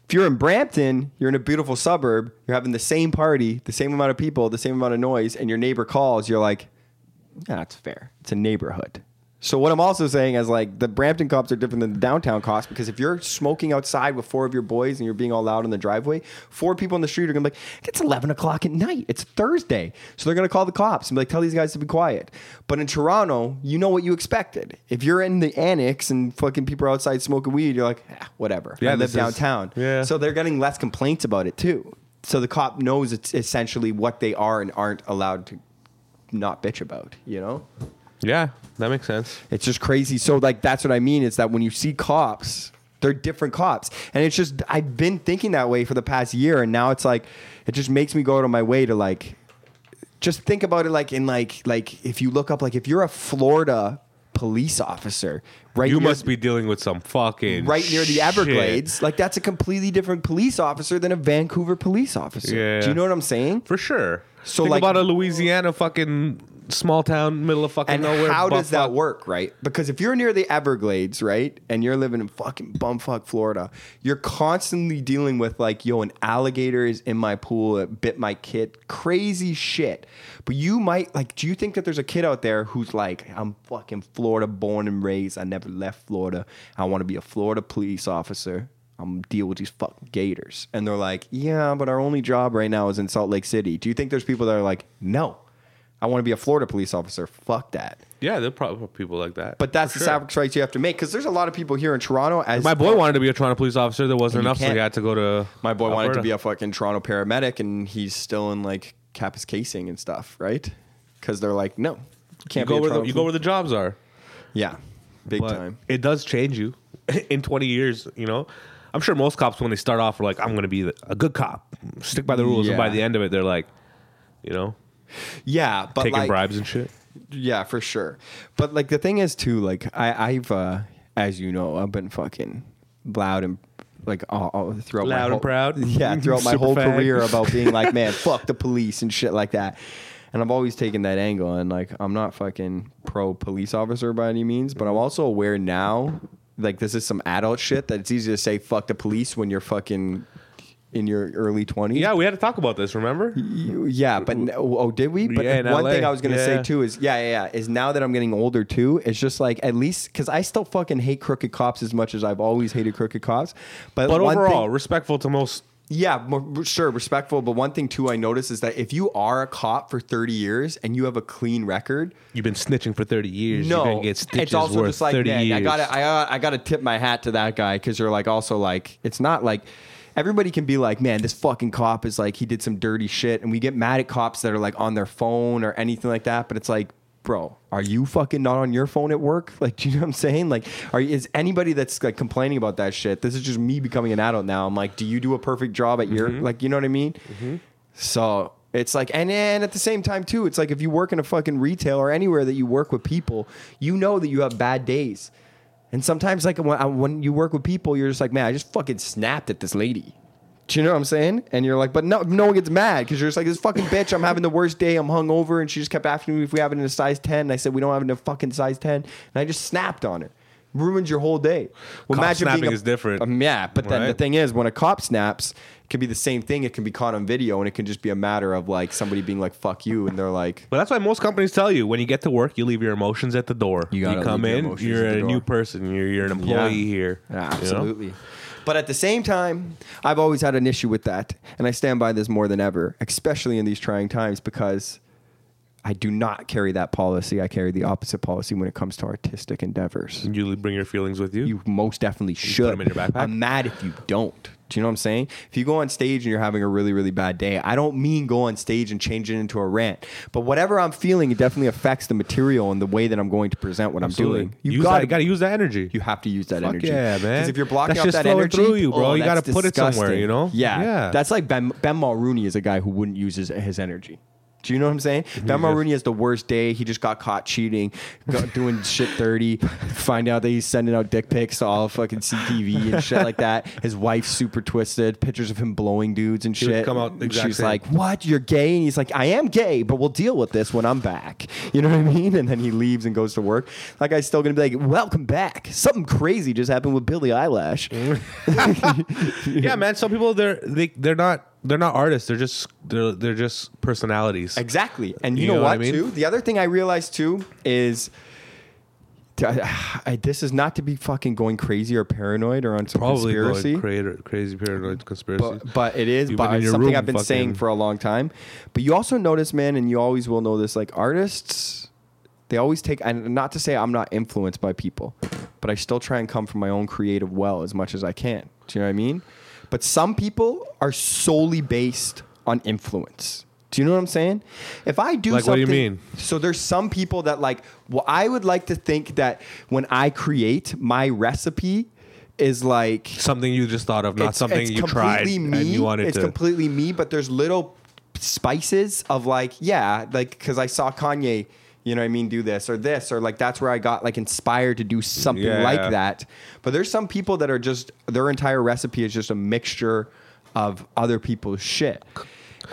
If you're in Brampton, you're in a beautiful suburb, you're having the same party, the same amount of people, the same amount of noise, and your neighbor calls, you're like, yeah, that's fair. It's a neighborhood. So what I'm also saying is like the Brampton cops are different than the downtown cops because if you're smoking outside with four of your boys and you're being all loud in the driveway, four people in the street are gonna be like, it's 11 o'clock at night. It's Thursday, so they're gonna call the cops and be like, tell these guys to be quiet. But in Toronto, you know what you expected. If you're in the annex and fucking people are outside smoking weed, you're like, "Ah, whatever. I Yeah, live this is- downtown. yeah. So they're getting less complaints about it too. So the cop knows it's essentially what they are and aren't allowed to not bitch about, you know? yeah, that makes sense. It's just crazy. So like that's what I mean is that when you see cops, they're different cops. And it's just I've been thinking that way for the past year and now it's like it just makes me go out of my way to like just think about it like in like like if you look up like if you're a Florida police officer, right? You near- must be dealing with some fucking right near the shit. Everglades. Like that's a completely different police officer than a Vancouver police officer. Yeah. Do you know what I'm saying? for sure. So, So Think like- about a Louisiana fucking small town, middle of fucking and nowhere. how does bumfuck. that work, right? Because if you're near the Everglades, right, and you're living in fucking bumfuck Florida, you're constantly dealing with like, yo, an alligator is in my pool, it bit my kid, crazy shit. But you might like, do you think that there's a kid out there who's like, I'm fucking Florida born and raised, I never left Florida, I want to be a Florida police officer. I'm gonna deal with these fucking gators, and they're like, "Yeah, but our only job right now is in Salt Lake City." Do you think there's people that are like, "No, I want to be a Florida police officer. Fuck that. Yeah, there are probably people like that. But that's For the sure. sacrifice you have to make because there's a lot of people here in Toronto. As My boy wanted to be a Toronto police officer. There And wasn't you enough, so he can't. had to go to. my boy wanted to Alberta. be a fucking Toronto paramedic, and he's still in like Kappa's casing and stuff, right? Because they're like, no, you You can't go be a where the, Toronto you go police- where the jobs are. yeah, big But time. It does change you in 20 years, you know? I'm sure most cops, when they start off, are like, I'm going to be the- a good cop, stick by the rules. And by Yeah. the end of it, they're like, you know, Yeah, but taking like, bribes and shit. Yeah, for sure. But like the thing is too, like I, I've, uh, as you know, I've been fucking loud and like all, all throughout my Loud and whole- proud. Yeah, throughout my Super whole fag. career about being like, man, fuck the police and shit like that. And I've always taken that angle, and like I'm not fucking pro police officer by any means, but Mm-hmm. I'm also aware now, like this is some adult shit that it's easy to say fuck the police when you're fucking in your early twenties. Yeah, we had to talk about this, remember? You- Yeah, but n- oh, did we? But Yeah, in one LA. thing I was gonna Yeah. say too is yeah, yeah, yeah. Is now that I'm getting older too, it's just like at least because I still fucking hate crooked cops as much as I've always hated crooked cops. But But one thing- overall, respectful to most. yeah, more, r- sure, respectful. But one thing too, I notice is that if you are a cop for 30 years and you have a clean record, You've been snitching for 30 years. no, You're gonna get stitches it's also worth just like 30 man, years. I gotta, I gotta, I gotta tip my hat to that guy because you're like also like it's not like everybody can be like, man, this fucking cop is like he did some dirty shit, and we get mad at cops that are like on their phone or anything like that, but it's like. Bro, are you fucking not on your phone at work? Like, do you know what I'm saying? Like, are is anybody that's like complaining about that shit? This is just me becoming an adult now. I'm like, do you do a perfect job at Mm-hmm. your like? You know what I mean? So it's like, and and at the same time too, it's like if you work in a fucking retail or anywhere that you work with people, you know that you have bad days, and sometimes like when I- when you work with people, you're just like, man, I just fucking snapped at this lady. Do you know what I'm saying? And you're like, but no, no one gets mad because you're just like, this fucking bitch. I'm having the worst day. I'm hungover, and she just kept asking me if we have it in a size ten. And I said we don't have it in a fucking size ten, and I just snapped on her. Ruins your whole day. Well, Cop imagine being snapping a- is different. Um, yeah, but then the Right. thing thing is, when a cop snaps, it can be the same thing. It can be caught on video, and it can just be a matter of like somebody being like "fuck you," and they're like, But that's why most companies tell you when you get to work, you leave your emotions at the door. You, gotta come leave your in, emotions you're at the a door. new person. You're, you're an employee here. Yeah, you know? "Ah, absolutely. But at the same time, I've always had an issue with that, and I stand by this more than ever, especially in these trying times, because I do not carry that policy. I carry the opposite policy when it comes to artistic endeavors. You bring your feelings with you. You most definitely should. 'em in your backpack? I'm mad if you don't. Do you know what I'm saying? If you go on stage and you're having a really, really bad day, I don't mean go on stage and change it into a rant. But whatever I'm feeling, it definitely affects the material and the way that I'm going to present what I'm doing. You got got to use that energy. You have to use that energy. yeah, man. 'Cause if you're blocking That out shit's that flowing energy, through you, bro. oh, You gotta that's put it somewhere, disgusting. you know? Yeah, Yeah. That's like Ben Ben Mulrooney is a guy who wouldn't use his, his energy. Do you know what I'm saying? Ben Mulrooney has the worst day. He just got caught cheating, got doing shit dirty. Find out that he's sending out dick pics to all fucking CTV and shit like that. His wife's super twisted. Pictures of him blowing dudes and would shit. come out And exact She's same. like, "What? You're gay?" And he's like, "I am gay, but we'll deal with this when I'm back." You know what I mean? And then he leaves and goes to work. That guy's still gonna be like, "Welcome back." Something crazy just happened with Billie Eyelash. Mm-hmm. yeah, man. Some people they're they, they're not they're not artists. They're just they're they're just personalities. Exactly. And you, You know, know what, what I mean? too? The other thing I realized, too, is I- this is not to be fucking going crazy or paranoid or on some Probably conspiracy. going creator, crazy paranoid conspiracy. But, but it is You've but been in it's your something room I've been saying fucking- for a long time. But you also notice, man, and you always will know this, like artists, they always take and not to say I'm not influenced by people, but I still try and come from my own creative well as much as I can. Do you know what I mean? But some people are solely based on influence. Do you know what I'm saying? If I do Like, what do you something- mean? so there's some people that like. Well, I would like to think that when I create my recipe is like something you just thought of, not something you tried completely and you wanted it's to. completely me, but there's little spices of like, yeah, like because I saw Kanye, you know what I mean, do this or this or like that's where I got like inspired to do something Yeah. like that. But there's some people that are just their entire recipe is just a mixture of other people's shit.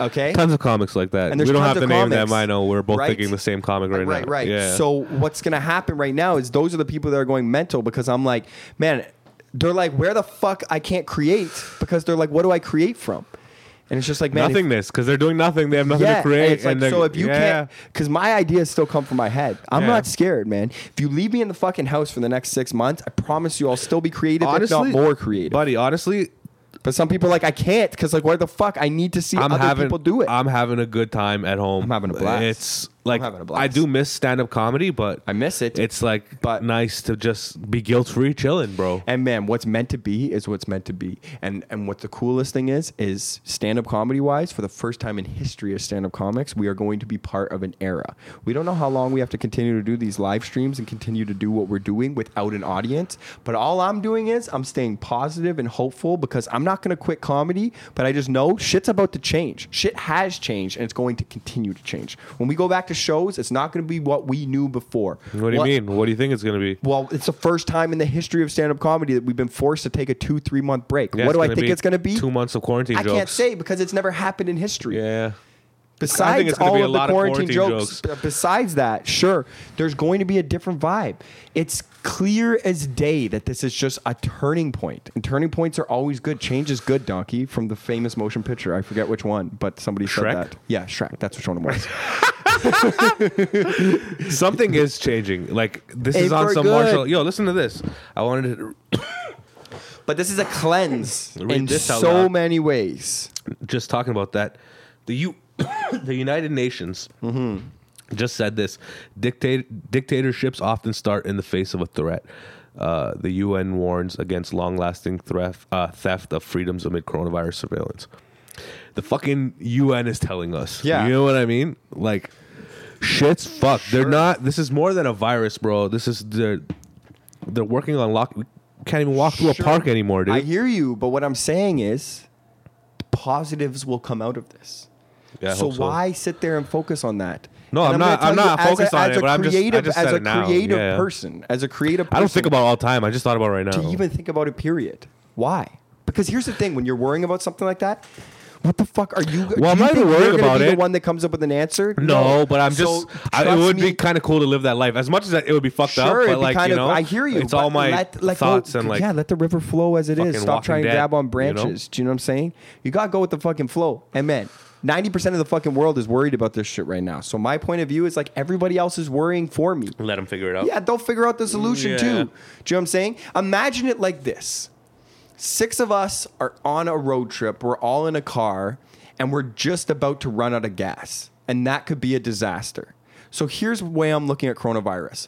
Okay, tons of comics like that. And we there's don't tons have to of name comics, them. I know we're both right? thinking the same comic right, right, now. Right, Yeah. So what's gonna happen right now is those are the people that are going mental because I'm like, man, they're like, where the fuck I can't create because they're like, what do I create from? And it's just like, man, if- nothingness because they're doing nothing. They have nothing yeah, to create. and it's like, they're- so if you yeah. can't, because my ideas still come from my head. I'm Yeah. not scared, man. If you leave me in the fucking house for the next six months, I promise you, I'll still be creative, honestly, if not more creative. But, buddy. Honestly, some people are like, I can't because like, where the fuck? I need to see I'm other having people do it. I'm having a good time at home. I'm having a blast. It's like having a I blast. do miss stand up comedy, but I miss it. It's like But- nice to just be guilt free chilling, bro. And man, what's meant to be is what's meant to be. And and what the coolest thing is is stand up comedy wise, for the first time in history of stand up comics, we are going to be part of an era. We don't know how long we have to continue to do these live streams and continue to do what we're doing without an audience. But all I'm doing is I'm staying positive and hopeful because I'm not going to quit comedy. But I just know shit's about to change. Shit has changed and it's going to continue to change. When we go back to shows, it's not going to be what we knew before. what do you mean? What do you think it's gonna be? Well, it's the first time in the history of stand-up comedy that we've been forced to take a two, three-month break. Yeah, what do I gonna think it's going to be? Two months of quarantine. I jokes. can't say because it's never happened in history. Yeah. I think Besides it's gonna all be a of the lot of quarantine, quarantine jokes, jokes. b- besides that, sure, there's going to be a different vibe. It's clear as day that this is just a turning point, and turning points are always good. Change is good, donkey, from the famous motion picture. I forget which one, but somebody Shrek? said that. Yeah, Shrek. That's which one it was. Something is changing. Like this And is on for some good. Marshall. Yo, listen to this. I wanted to but this is a cleanse Read in this out so loud. many ways. just talking about that, the U, the United Nations just said this: Dictat- dictatorships often start in the face of a threat. Uh, the UN warns against long-lasting threat, uh, theft of freedoms amid coronavirus surveillance. The fucking UN is telling us. Yeah. you know what I mean. Like, shit's fucked. They're not. This is more than a virus, bro. This is they're they're working on lock. We can't even walk through a Sure. park anymore, dude. I hear you, but what I'm saying is the positives will come out of this. Yeah, I so, hope so. why sit there and focus on that? No, And I'm not- gonna I'm tell not focused on it, but I'm just- I creative, just as said a it now. creative Yeah. person, as a creative person, I don't think about all time. I just thought about it right now. to even think about it. Period. Why? Because here's the thing: when you're worrying about something like that, what the fuck are you? do I'm you not even think worried you're gonna about be The it. one that comes up with an answer? No, but I'm So just. I, it trust would be me- kind of cool to live that life. As much as that, it would be fucked up, it'd but be like kind you of- know, I hear you. It's but all my let- like, thoughts well, and like. yeah, let the river flow as it fucking is. Stop Walking trying to Dead, grab on you know? branches. Do you know what I'm saying? You gotta go with the fucking flow. And man, ninety percent of the fucking world is worried about this shit right now. So my point of view is like everybody else is worrying for me. let them figure it out. Yeah, they'll figure out the solution Yeah. too. Do you know what I'm saying? Imagine it like this. Six of us are on a road trip. We're all in a car and we're just about to run out of gas. And that could be a disaster. So here's the way I'm looking at coronavirus.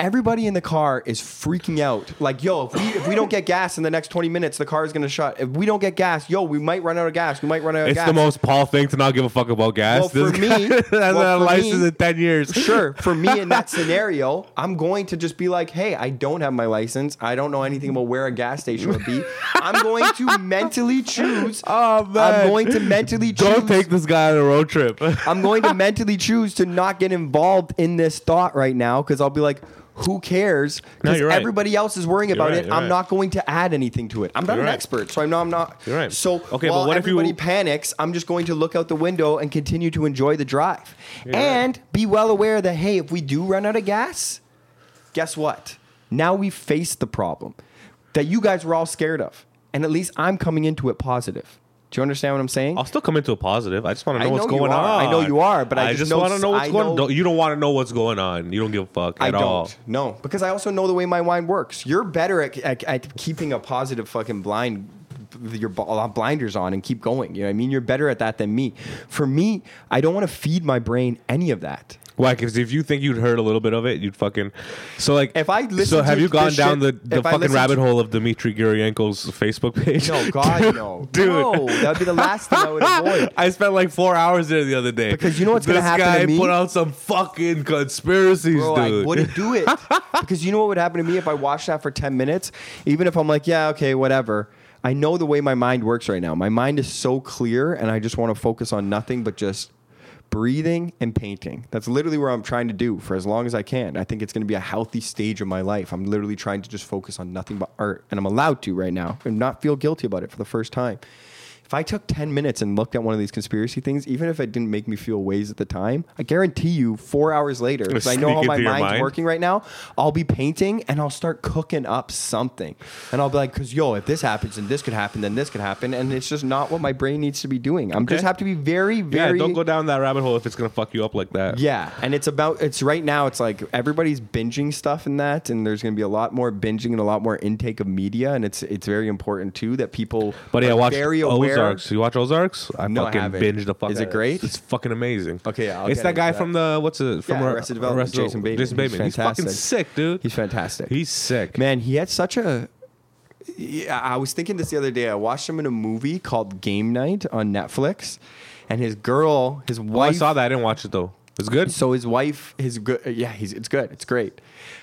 Everybody in the car is freaking out. Like, yo, if we, if we don't get gas in the next 20 minutes, the car is going to shut. If we don't get gas, yo, we might run out of gas. We might run out of It's gas. the most Paul thing to not give a fuck about gas. Well, for me- guy hasn't had well, a for license me- in ten years. sure for me in that scenario i'm going to just be like hey i don't have my license i don't know anything about where a gas station would be i'm going to mentally choose Oh, man. i'm going to mentally choose Don't take this guy on a road trip. i'm going to mentally choose to not get involved in this thought right now because i'll be like who cares? No, Because you're right. everybody else is worrying about right, it. you're I'm right. not going to add anything to it. I'm not You're an right. expert, so I'm not. I'm not. You're right. So Okay, but while what if you- everybody panics, I'm just going to look out the window and continue to enjoy the drive, right. and be well aware that hey, if we do run out of gas, guess what? Now we face the problem that you guys were all scared of, and at least I'm coming into it positive. Do you understand what I'm saying? I'll still come into a positive. I just want I to know what's know you going are. on. I know you are, but I just know- want to know what's I going. know- on. You don't want to know what's going on. You don't give a fuck I at don't. all. No, because I also know the way my wine works. You're better at, at, at keeping a positive fucking blind your bl- blinders on and keep going. You know what I mean? You're better at that than me. For me, I don't want to feed my brain any of that. Why? Because if you think you'd heard a little bit of it, you'd fucking. So like, If I listen so have to you gone this down shit- the, the if I fucking listen rabbit to- hole of Dmitry Guryenko's Facebook page? No, God, no. Dude. No, that would be the last thing I would avoid. I spent like four hours there the other day Because you know what's gonna This happen to guy me? put out some fucking conspiracies, Bro, dude. I wouldn't do it because you know what would happen to me if I watched that for ten minutes. Even if I'm like, yeah, okay, whatever. I know the way my mind works right now. My mind is so clear, and I just want to focus on nothing but just breathing and painting. That's literally where I'm trying to do for as long as I can. I think it's going to be a healthy stage of my life. I'm literally trying to just focus on nothing but art, and I'm allowed to right now, and not feel guilty about it for the first time. If I took 10 minutes and looked at one of these conspiracy things, even if it didn't make me feel ways at the time, I guarantee you four hours later, because I know Sneak how my into your mind's mind. working right now, I'll be painting and I'll start cooking up something. And I'll be like, because yo, if this happens and this could happen, then this could happen. And it's just not what my brain needs to be doing. I'm just Okay. have to be very, yeah, very. don't go down that rabbit hole if it's gonna fuck you up like that. Yeah, and it's about it's right now. It's like everybody's binging stuff in that, and there's going to be a lot more binging and a lot more intake of media, and it's it's very important too that people. But yeah, are watch very aware. Ozarks. You watch Ozarks? I No, I fucking haven't. binge the fuck. Is out it of great? It's fucking amazing. Okay, I'll it's get that into guy that. from the what's it from Yeah, Ar- Arrested Development, Arrested- Jason Bateman. He's Jason Bateman. He's, fucking fantastic. sick, dude. He's fantastic. He's sick. Man, he had such a. Yeah, I was thinking this the other day. I watched him in a movie called Game Night on Netflix, and his girl, his Oh, wife. I saw that. I didn't watch it though. It's good. So his wife, his good, yeah, he's it's good, it's great.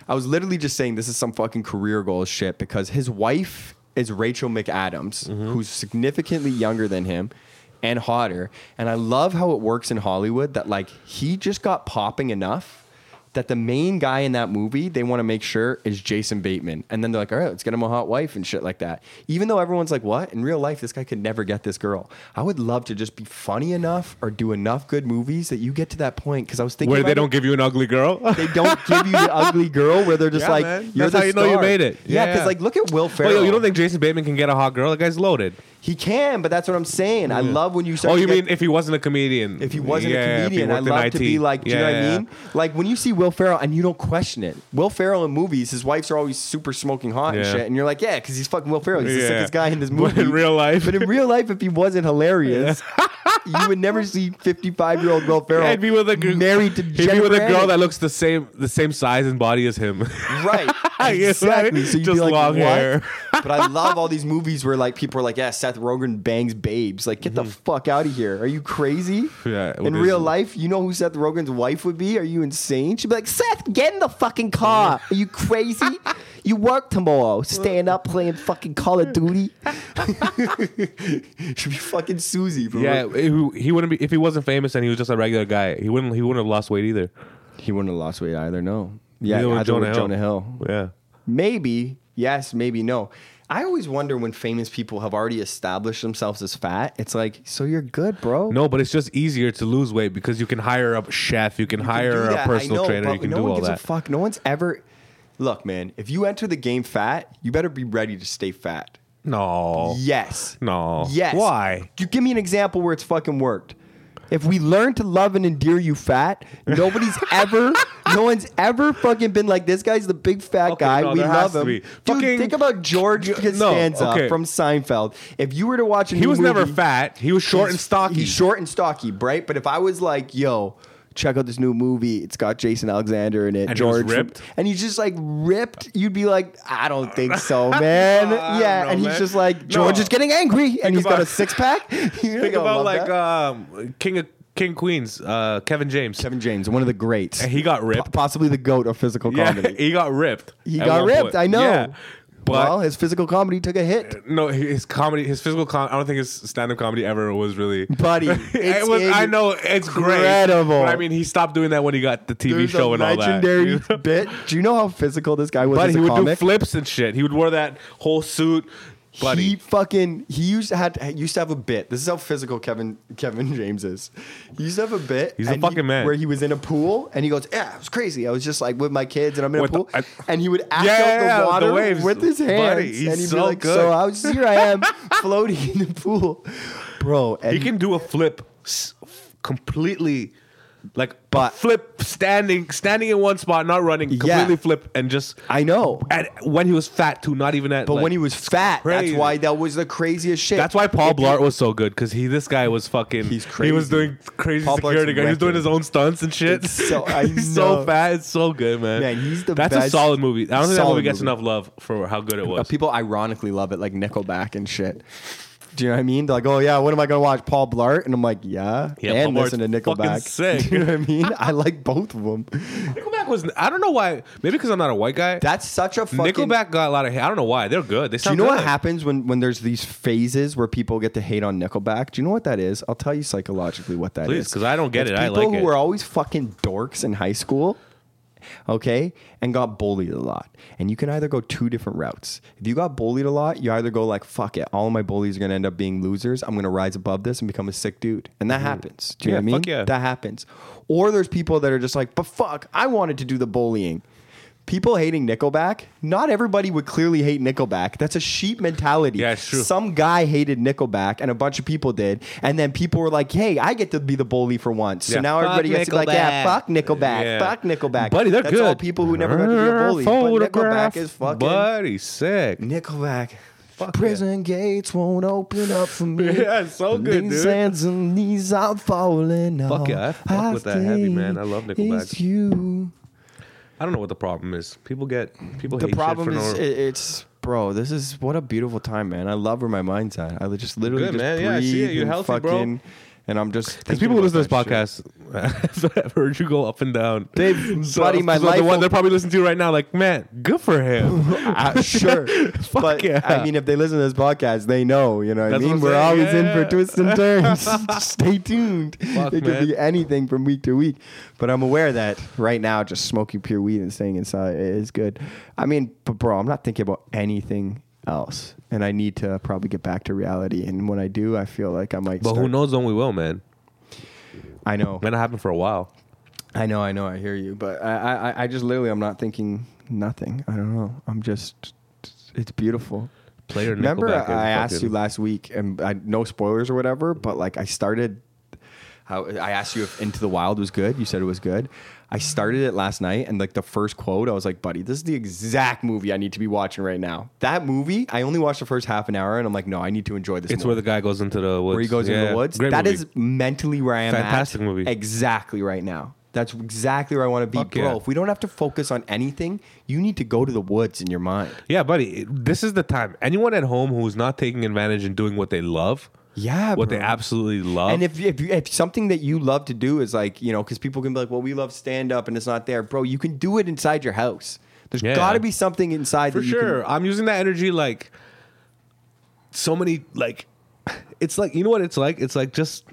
I was literally just saying this is some fucking career goal shit because his wife is Rachel McAdams, who's significantly younger than him and hotter. And I love how it works in Hollywood that like he just got popping enough that the main guy in that movie they want to make sure is Jason Bateman. And then they're like, all right, let's get him a hot wife and shit like that. Even though everyone's like, what? In real life, this guy could never get this girl. I would love to just be funny enough or do enough good movies that you get to that point. Cause I was thinking Where they about don't it. give you an ugly girl. They don't give you the ugly girl where they're just Yeah, like, man. you're That's the how you know you star." made it. Yeah, Yeah, because yeah. like, look at Will Well, Ferrell. Oh, yo, you don't think Jason Bateman can get a hot girl? That guy's loaded. he can? But that's what I'm saying. I love when you start. oh, to you get- mean if he wasn't a comedian? if he wasn't Yeah, a if he comedian, I worked in love to IT. be like, do you know what Yeah, yeah. I mean? Like when you see Will Ferrell and you don't question it. Will Ferrell in movies, his wives are always super smoking hot and Yeah. shit, and you're like, yeah, because he's fucking Will Ferrell. He's the Yeah. sickest guy in this But movie. in real life- but in real life, if he wasn't hilarious, you would never see 55 year old Will Ferrell. I'd be with a gr- married to he'd Jennifer be with a girl Aniston. that looks the same, the same size and body as him. Right. Yeah, exactly. right? So you'd Just be like, long what? hair. but I love all these movies where like people are like, yeah, Seth Rogen bangs babes. Like, get the fuck out of here. Are you crazy? Mm-hmm. Yeah, In what is real it? life, you know who Seth Rogen's wife would be? Are you insane? She'd be like, Seth, get in the fucking car. Are you crazy? You work tomorrow. Staying up playing fucking Call of Duty. Should be fucking Susie. Bro. yeah, he, he wouldn't be if he wasn't famous and he was just a regular guy. He wouldn't. He wouldn't have lost weight either. He wouldn't have lost weight either. No. Yeah. Neither would either would Jonah Hill. Yeah. Maybe yes, maybe no. I always wonder when famous people have already established themselves as fat. It's like, so you're good, bro. No, but it's just easier to lose weight because you can hire a chef, you can You can hire do that. a I personal know, trainer, but you can no do one all gives that. A fuck. No one's ever. Look, man, if you enter the game fat, you better be ready to stay fat. no. Yes. No. Yes. Why? You give me an example where it's fucking worked. If we learn to love and endear you fat, nobody's ever, no one's ever fucking been like, this guy's the big fat Okay, guy. no, we there love has to him. be. Dude, Fucking- think about George Ju- no, Costanza okay. from Seinfeld. If you were to watch a He new was never movie- fat. He was short he's- and stocky. He's short and stocky, right? But if I was like, yo, check out this new movie. It's got Jason Alexander in it. And he was George from- ripped? and he's just like ripped. You'd be like, I don't think so, man. No, Oh, I yeah, don't know, and he's man. just like George No. is getting angry, and he's got about- a six pack. Think Think about like um, King of King Queens, uh, Kevin James. Kevin James, one of the greats. He got Po- ripped. possibly the goat of physical Yeah, comedy. he got ripped. He at got one ripped. point. I know. Yeah. But well, his physical comedy took a hit. no, his comedy, his physical com I don't think his stand-up comedy ever was really. Buddy, it's it was, I know it's great. incredible. But I mean, he stopped doing that when he got the TV There's show a and all that. legendary bit. Do you know how physical this guy was But as he a would do comic? flips and shit. He would wear that whole suit. Buddy, He fucking he used to had used to have a bit. This is how physical Kevin Kevin James is. He used to have a bit. He's a and fucking he, man. Where he was in a pool and he goes, "Yeah, it was crazy. I was just like with my kids and I'm in With a the- pool." I- and he would act Yeah, out yeah, yeah, the the water waves. with his Buddy, hands. he's and he'd so be like, good. "So I was here. I am floating in the pool, bro." And he can do a flip s- completely like But- but flip standing standing in one spot not running completely flip and just I know. at when he was fat too not even at But like- when he was fat, crazy. that's why that was the craziest shit. that's why Paul If you- Blart was so good because he this guy was fucking He's he was crazy. doing crazy Paul Blart's security guard he was doing wrecking. his own stunts and shit It's so- I he's so know. fat it's so good man Man, he's the that's a best- solid movie I don't think that solid movie gets movie. enough love for how good it Uh, was people ironically love it, like Nickelback and shit. Do you know what I mean? They're like, oh yeah, what am I gonna watch? Paul Blart, and I'm like, yeah, Yeah, and Paul listen to Blart's fucking Nickelback. sick. Do you know what I mean? I like both of them. Nickelback was I don't know why maybe because I'm not a white guy That's such a fucking. Nickelback got a lot of hate I don't know why they're good they Do you sound know good. what happens when when there's these phases where people get to hate on Nickelback? Do you know what that is? I'll tell you psychologically what that is. Please, 'cause I don't get It's it. I people like who it. are always fucking dorks in high school, okay, and got bullied a lot. And you can either go two different routes. If you got bullied a lot, you either go like, "Fuck it, all of my bullies are gonna end up being losers. I'm gonna rise above this and become a sick dude." And that happens. Do you know Mm-hmm. Yeah, what I mean? fuck yeah. That happens. Or there's people that are just like, "But fuck, I wanted to do the bullying." People hating Nickelback. Not everybody would clearly hate Nickelback. That's a sheep mentality. Yeah, it's true. Some guy hated Nickelback, and a bunch of people did. And then people were like, "Hey, I get to be the bully for once." So Yeah. now Fuck everybody gets to be like, "Yeah, Nickelback." fuck Nickelback, Yeah. fuck Nickelback." Buddy, they're That's good. all people who never got to be a bully. But Photograph. Nickelback is fucking Buddy, sick. Nickelback. Prison gates won't open up for me. Yeah, it's so good, These dude. hands and knees are falling Fuck off. yeah, I fuck I with that heavy, man. I love think Nickelback. It's you. I don't know what the problem is. People get people The hate problem shit for is, uh, no it, it's bro. This is what a beautiful time, man. I love where my mind's at. I li- just literally Good, just man. breathe Yeah, I see it. You're and healthy, bro. fucking, and I'm just because because people who listen to this podcast. I've heard you go up and down. They've- buddy, my so life The one will- they're probably listening to right now, like, man, good for him. Uh, sure, Fuck but yeah. I mean, if they listen to this podcast, they know. You know what That's I mean? what I'm We're saying. always Yeah, in yeah. for twists and turns. Stay tuned. Fuck, it could man. be anything from week to week. But I'm aware that right now, just smoking pure weed and staying inside is good. I mean, but bro, I'm not thinking about anything else, and I need to probably get back to reality. And when I do, I feel like I might. but who start- knows when we will, man? I know. Might not happen for a while. I know, I know, I hear you, but I, I- I, I just literally, I'm not thinking nothing. I don't know. I'm just, it's beautiful. Play your Remember, Nickelback and I asked fucking- you last week, and I, no spoilers or whatever, but like I started. How I asked you if Into the Wild was good. You said it was good. I started it last night, and like the first quote, I was like, "Buddy, this is the exact movie I need to be watching right now." That movie, I only watched the first half an hour, and I'm like, "No, I need to enjoy this." It's more." where the guy goes into the woods. where he goes in Yeah. the woods. That Great is movie. mentally where I am Fantastic at movie. exactly right now. That's exactly where I want to be, Fuck bro. yeah. If we don't have to focus on anything, you need to go to the woods in your mind. Yeah, buddy, it- this is the time. Anyone at home who's not taking advantage and doing what they love, Yeah, what bro. they absolutely love, And if if, you, if something that you love to do is like you know, because people can be like, "Well, we love stand up," and it's not there, bro. You can do it inside your house. There's Yeah. got to be something inside for that you can- sure. I'm using that energy like so many like it's like you know what it's like. It's like just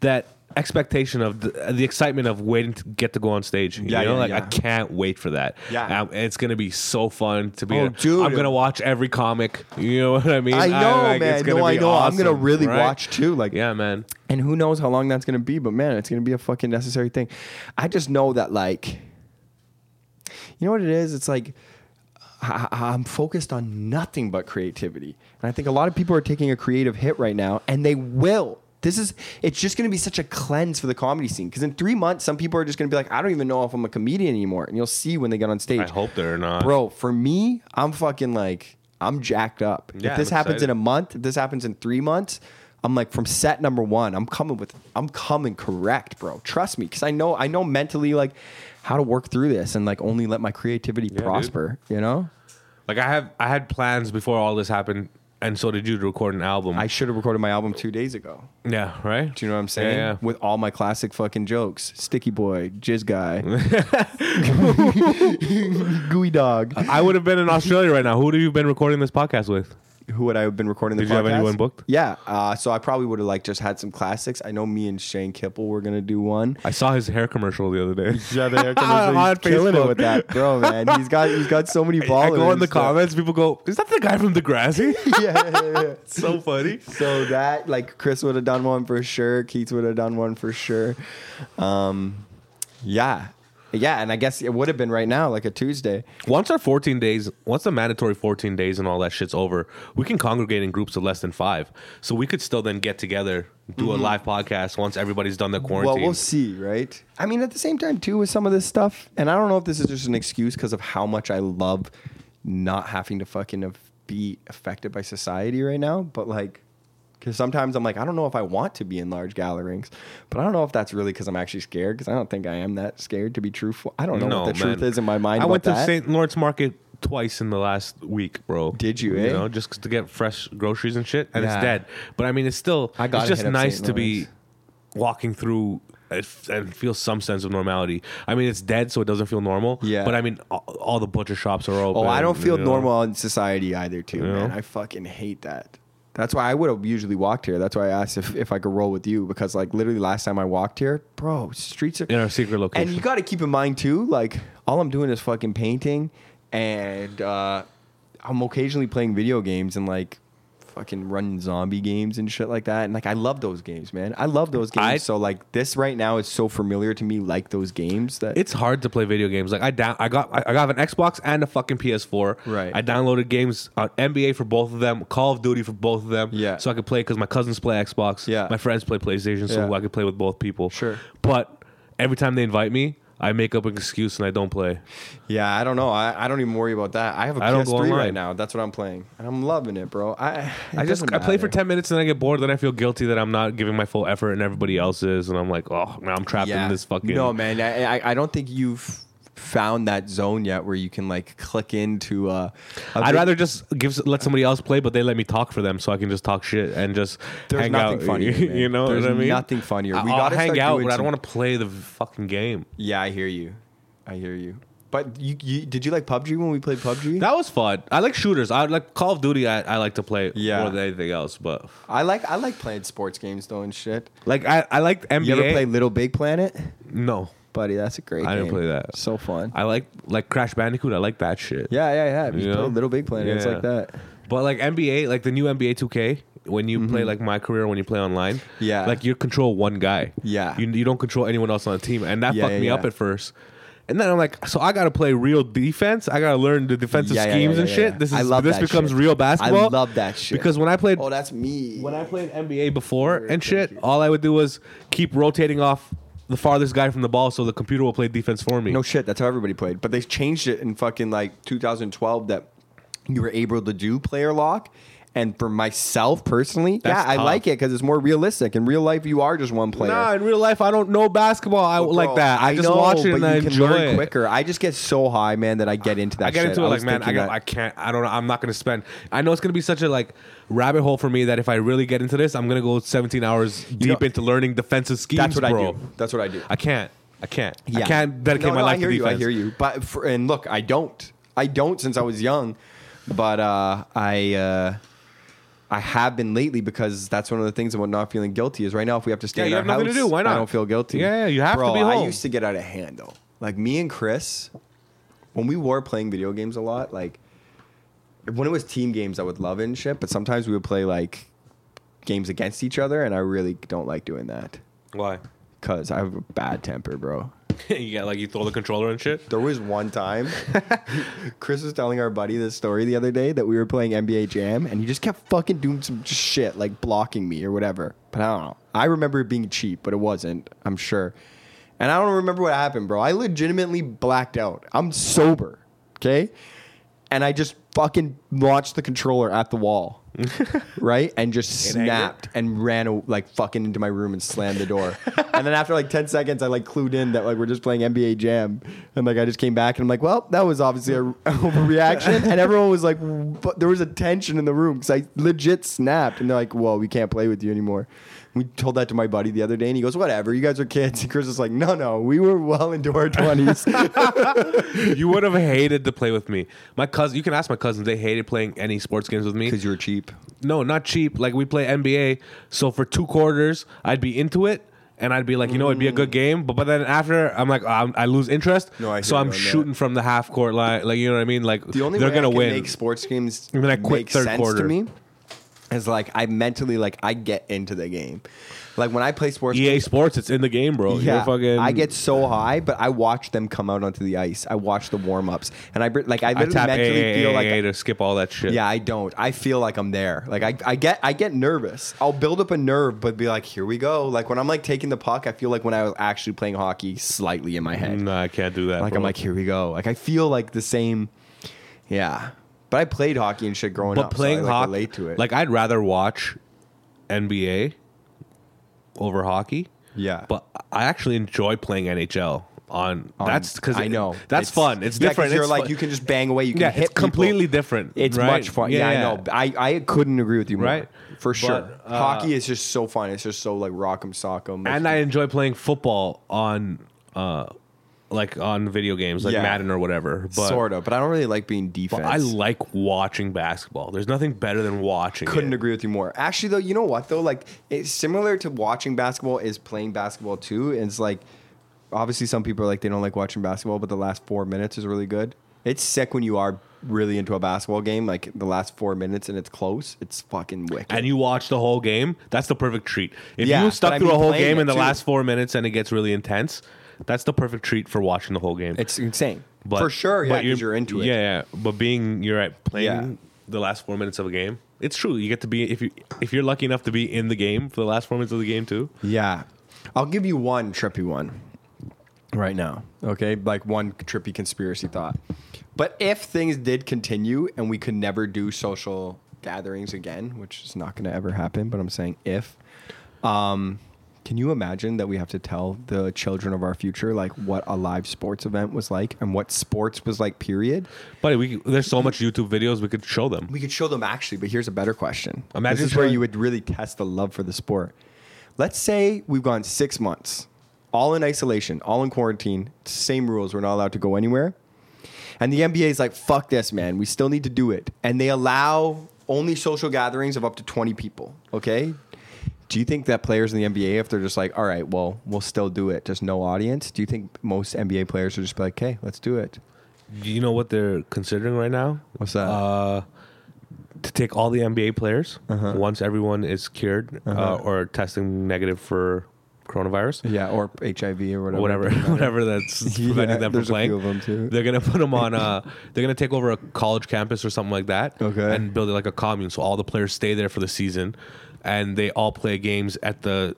that expectation of the, the excitement of waiting to get to go on stage. You Yeah, know, yeah, like I yeah. can't wait for that. Yeah. um, and it's gonna be so fun to be. Oh, a- dude. I'm gonna watch every comic. You know what I mean? I know, man. No, I know. I'm gonna really watch, too, like- yeah, man. and who knows how long that's going to be but man it's going to be a fucking necessary thing i just know that like you know what it is it's like I, I- i'm focused on nothing but creativity and i think a lot of people are taking a creative hit right now and they will this is it's just going to be such a cleanse for the comedy scene because in three months some people are just going to be like i don't even know if i'm a comedian anymore and you'll see when they get on stage I hope they're not. Bro, for me, I'm fucking like, I'm jacked up. Yeah, if this I'm happens excited. in a month, if this happens in three months, I'm like from set number one. I'm coming with I'm coming correct, bro. Trust me, because I know I know mentally like how to work through this and like only let my creativity dude. prosper. You know, Like I have, I had plans before all this happened, and so did you to record an album. I should have recorded my album two days ago. yeah, right. Do you know what I'm saying? Yeah, yeah. With all my classic fucking jokes, Sticky Boy, Jizz Guy, Gooey Dog. I would have been in Australia right now. Who have you been recording this podcast with? who would I have been recording the Did you have podcast? anyone booked? Yeah. Uh, so I probably would have like just had some classics. I know me and Shane Kipple were gonna do one. I saw his hair commercial the other day. Yeah, they're he's killing it with that, bro, man. He's got he's got so many I followers. go in the that- comments, people go, "Is that the guy from Degrassi?" yeah, yeah, yeah. so funny. So that like Chris would have done one for sure. Keith would have done one for sure. Um, yeah, yeah, and I guess it would have been right now, like a Tuesday. Once our 14 days, once the mandatory 14 days and all that shit's over, we can congregate in groups of less than five. So we could still then get together, do a live podcast once everybody's done their quarantine. Mm-hmm. Well, we'll see, right? I mean, at the same time, too, with some of this stuff, and I don't know if this is just an excuse because of how much I love not having to fucking af- be affected by society right now, but like, because sometimes I'm like, I don't know if I want to be in large gatherings, but I don't know if that's really because I'm actually scared because I don't think I am that scared to be truthful. I don't know No, what the man. truth is in my mind. I about went to that. St. Lawrence Market twice in the last week, bro. Did you, eh? You know, just to get fresh groceries and shit, and Yeah. it's dead. But I mean, it's still. I gotta it's just hit up nice St. to be walking through. and f- And feel some sense of normality. I mean, it's dead, so it doesn't feel normal. Yeah. But I mean, all, all the butcher shops are open. Oh, I don't feel you know? normal in society either, too, man. I fucking hate that. That's why I would have usually walked here. That's why I asked if, if I could roll with you because, like, literally last time I walked here, bro, streets are In our secret location. And you got to keep in mind too, like, all I'm doing is fucking painting, and uh, I'm occasionally playing video games and like fucking running zombie games and shit like that. And like, I love those games, man. I love those games. I- so like, this right now is so familiar to me, like those games that it's hard to play video games. Like I down, I got, I got an Xbox and a fucking PS4. Right. I downloaded games on NBA for both of them, Call of Duty for both of them. Yeah. So I could play because my cousins play Xbox. Yeah. My friends play PlayStation, so Yeah. I could play with both people. Sure. But every time they invite me, I make up an excuse and I don't play. Yeah, I don't know. I, I don't even worry about that. I have a I don't PS3 go online. right now. That's what I'm playing, and I'm loving it, bro. I it I just doesn't I play for matter. ten minutes and I get bored. Then I feel guilty that I'm not giving my full effort and everybody else is, and I'm like, oh, now I'm trapped in this fucking. No, man. I, I I don't think you've found that zone yet where you can like click into. Uh, a I'd big- rather just give let somebody else play, but they let me talk for them, so I can just talk shit and just There's hang nothing out. funnier, man. you know There's what I mean? nothing funnier. We We I'll gotta hang start out, doing but I don't some- want to play the fucking game. Yeah, I hear you. I hear you. But you, you did you like PUBG when we played PUBG? That was fun. I like shooters. I like Call of Duty. I, I like to play Yeah. more than anything else. But I like I like playing sports games though and shit. like I, I liked NBA. You ever play Little Big Planet, no, buddy? That's a great. I didn't game. play that. So fun. I like like Crash Bandicoot. I like that shit. yeah, yeah, yeah. You You play know? Little Big Planet. It's Yeah. like that. But like NBA, like the new NBA 2K, when you play like my career, when you play online, Mm-hmm. Yeah. like you control one guy, Yeah. you, you don't control anyone else on the team, and that Yeah, fucked yeah, me yeah. up at first. And then I'm like, so I gotta play real defense. I gotta learn the defensive Yeah, yeah, schemes yeah, and yeah, shit. yeah. This is I love this that becomes shit. real basketball. I love that shit. because when I played Oh, that's me. when I played NBA before and thank shit, you. all I would do was keep rotating off the farthest guy from the ball, so the computer will play defense for me. No shit, that's how everybody played. But they changed it in fucking like 2012 that you were able to do player lock. And for myself personally, yeah, That's I tough. like it because it's more realistic. In real life, you are just one player. Nah, in real life, I don't know basketball. I Bro, Oh, like that. I, just know, watch it but and I you can enjoy learn it. quicker. I just get so high, man, that I get into that. I get shit. into it was like, man, I, thinking got, that- I can't, I don't know, I'm not gonna spend. I know it's gonna be such a like rabbit hole for me that if I really get into this, I'm gonna go 17 hours deep into learning defensive schemes, that's what bro. I do. That's what I do. I can't, I can't, I Yeah. can't dedicate No, my no, life I hear to you. defense. I hear you. But for, and look, I don't. I don't since I was young, but uh, I uh, I have been lately because that's one of the things about not feeling guilty is right now if we have to stay Yeah, in you our have nothing to house, do. Why I not? don't feel guilty. Yeah, yeah, you have to Bro, be I home. used to get out of hand though. Like me and Chris, when we were playing video games a lot, like when it was team games, I would love it and shit. But sometimes we would play like games against each other, and I really don't like doing that Why? because I have a bad temper, bro. you got like you throw the controller and shit. There was one time Chris was telling our buddy this story the other day that we were playing NBA Jam and he just kept fucking doing some shit like blocking me or whatever. But I don't know. I remember it being cheap, but it wasn't, I'm sure. And I don't remember what happened, bro. I legitimately blacked out. I'm sober, okay? And I just fucking launched the controller at the wall. right? And just In anger? snapped and ran a- like fucking into my room and slammed the door. and then after like 10 seconds, I like clued in that like we're just playing NBA Jam. And like I just came back and I'm like, well, that was obviously a overreaction. and everyone was like, but there was a tension in the room because I legit snapped. And they're like, well, we can't play with you anymore. We told that to my buddy the other day, and he goes, "Whatever, you guys are kids." And Chris is like, "No, no, we were well into our 20s. you would have hated to play with me. My cousin, you can ask my cousins. They hated playing any sports games with me. you were cheap. No, not cheap. Like we play NBA, so for two quarters, I'd be into it. And I'd be like, you know, it'd be a good game, but but then after I'm like, I'm, I lose interest, Mm. No, I so hear you I'm on that. shooting from the half court line, like you know what I mean. Like The only they're way gonna I can win. make sports games And then I quit make third sense quarter. to me is like I mentally like I get into the game. Like when I play sports EA games, E Sports, it's in the game, bro. yeah, You're fucking. I get so high, but I watch them come out onto the ice. I watch the warm ups, and I br- like I I literally tap mentally AAA feel like to skip all that shit. yeah, I don't. I feel like I'm there. Like I, I get I get nervous. I'll build up a nerve, but be like, here we go. Like when I'm like taking the puck, I feel like when I was actually playing hockey, slightly in my head. no, Mm, I can't do that. Like bro. I'm like, here we go. Like I feel like the same. Yeah, but I played hockey and shit growing but up. playing so I, like, hockey, relate to it. like I'd rather watch NBA over hockey. Yeah. but I actually enjoy playing NHL on. Um, that's because I know that's fun. It's yeah, 'cause different. You're It's like fun. you can just bang away. You can Yeah, hit it's completely people. different. It's right? much fun. Yeah, I know. I, I couldn't agree with you more. Right? For But, sure. uh, Hockey is just so fun. It's just so like rock'em sock'em. And I enjoy playing football on, uh, like on video games, like Yeah. Madden or whatever. But sort of, but I don't really like being defense. I like watching basketball. There's nothing better than watching. couldn't it. agree with you more. Actually, though, you know what though? Like, it's similar to watching basketball is playing basketball too. And it's like, obviously, some people are like they don't like watching basketball, but the last four minutes is really good. It's sick when you are really into a basketball game, like the last four minutes, and it's close. It's fucking wicked. and you watch the whole game, that's the perfect treat. If Yeah, you but I stuck through mean a whole playing game it in the too. last four minutes and it gets really intense, that's the perfect treat for watching the whole game. it's insane for sure. Yeah, but because you're, into it. Yeah, yeah. But being you're at playing Yeah. the last four minutes of a game, it's true. You get to be if you if you're lucky enough to be in the game for the last four minutes of the game too. Yeah. I'll give you one trippy one right now. Okay. Like one trippy conspiracy thought. But if things did continue and we could never do social gatherings again, which is not going to ever happen, but I'm saying if, um, can you imagine that we have to tell the children of our future like what a live sports event was like and what sports was like period? But we there's so much YouTube videos we could show them. We could show them actually, but here's a better question. Imagine this is where showing- you would really test the love for the sport. Let's say we've gone six months, all in isolation, all in quarantine, same rules. We're not allowed to go anywhere. And the NBA is like, fuck this, man. We still need to do it. And they allow only social gatherings of up to 20 people. Okay. Do you think that players in the NBA, if they're just like, all right, well, we'll still do it, just no audience, do you think most NBA players would just be like, okay, let's do it? You know what they're considering right now? What's that? Uh, to take all the NBA players Uh-huh. once everyone is cured uh or testing negative for coronavirus, Yeah, or HIV or whatever. whatever, whatever that's Yeah, preventing them from there's a playing. few of them too. They're gonna put them on. Uh, they're gonna take over a college campus or something like that. Okay. and build it like a commune, so all the players stay there for the season, and they all play games at the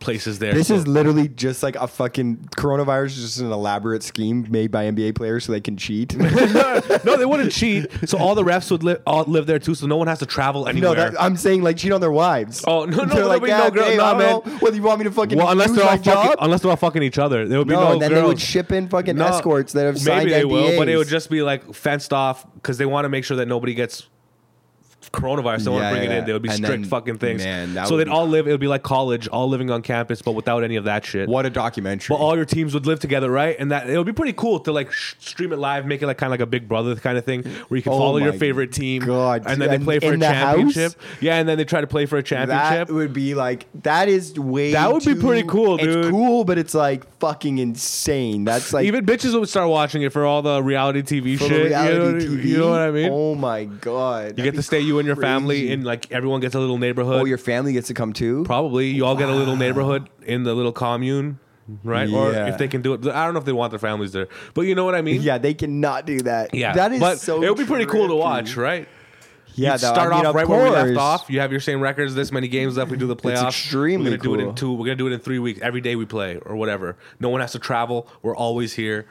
places there. This So- is literally just like a fucking coronavirus, is just an elaborate scheme made by NBA players so they can cheat. no, they wouldn't cheat. So all the refs would live all live there too. So no one has to travel anywhere. no, that, I'm saying like cheat on their wives. Oh, no, no, they're there'll like be yeah, no girl- babe, nah, I don't man. know whether you want me to fucking Well, unless lose they're my all fucking, job? unless they're all fucking each other, there would be No, no. and then they girls. would ship in fucking escorts that have signed Maybe they will, but it NDAs. would just be like fenced off because they want to make sure that nobody gets coronavirus. They want Yeah, to bring yeah, it in. There would be yeah. And strict then- fucking things. man, that so would they'd be- all live. It would be like college, all living on campus, but without any of that shit. what a documentary. But all your teams would live together, right? And that it would be pretty cool to like sh- stream it live, make it like kind of like a Big Brother kind of thing, where you can Oh follow your my favorite team, God. and then they And play for a in the house? championship. Yeah, and then they try to play for a championship. that would be like that is way That would be too- pretty cool, It's dude. cool, but it's like fucking insane. That's like Even bitches would start watching it for all the reality TV for the shit. you know reality what I- TV. you know what I mean? Oh my god, You get to stay you and your family, and like everyone gets a little neighborhood. Oh, your family gets to come too. Probably you all get a little neighborhood in the little commune, right? Or Yeah. if they can do it, I don't know if they want their families there, but you know what I mean. Yeah, they cannot do that. yeah. that is but so. It would be pretty cool to trippy. watch, right? Yeah, You'd though, I start mean, off of right where we left course. off. You have your same records. This many games left. We do the playoffs. extremely We're gonna do it cool. in two. We're gonna do it in three weeks. Every day we play or whatever. No one has to travel. We're always here.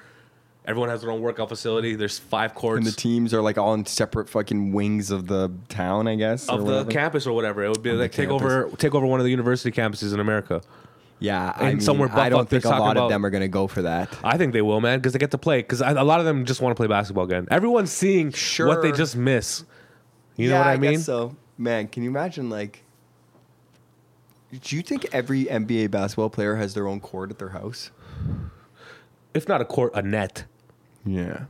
Everyone has their own workout facility. There's five And courts the teams are like all in separate fucking wings of the town, I guess. or of the whatever. campus or whatever. It would be like the take over take over one of the university campuses in America. Yeah, And I mean, somewhere I Buffalo, don't they're think a talking lot about- of them are gonna go for that. I think they will, man, because they get to play. Because a lot of them just want to play basketball again. Everyone's seeing what they Sure. just miss. You know yeah, what I, guess mean? so, man, can you imagine like? Do you think every NBA basketball player has their own court at their house? If not a court, a net, Yeah.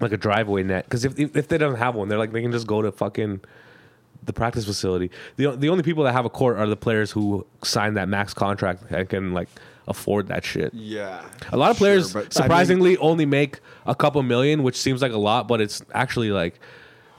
like a driveway net. Because if, if if they don't have one, they're like they can just go to fucking the practice facility. the o- The only people that have a court are the players who signed that max contract and can like afford that shit. Yeah. A lot of Sure, players but I mean- surprisingly only make a couple million, which seems like a lot, but it's actually like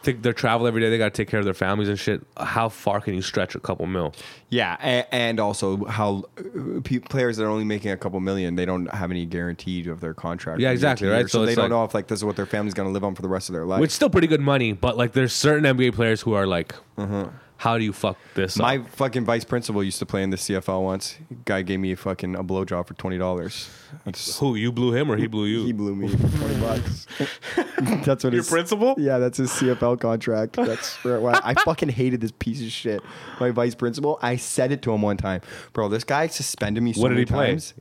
think they travel every day. They got to take care of their families and shit. How far can you stretch a couple mil? Yeah, and, and also how uh, pe- players that are only making a couple million, they don't have any guarantee of their contract. Yeah, for exactly, year to year. right? So So, they it's don't like- know if like this is what their family's going to live on for the rest of their life. Which still pretty good money, but like there's certain NBA players who are like, how do you fuck this? Uh-huh. my up? fucking vice principal used to play in the CFL once. Guy gave me a fucking a blowjob for twenty dollars. who you blew him or he blew you? He blew me for 20 bucks. that's what Your his- principal? Yeah, that's his CFL contract. That's where why I fucking hated this piece of shit. My vice principal, I said it to him one time, bro. This guy suspended me so What did many he play? times.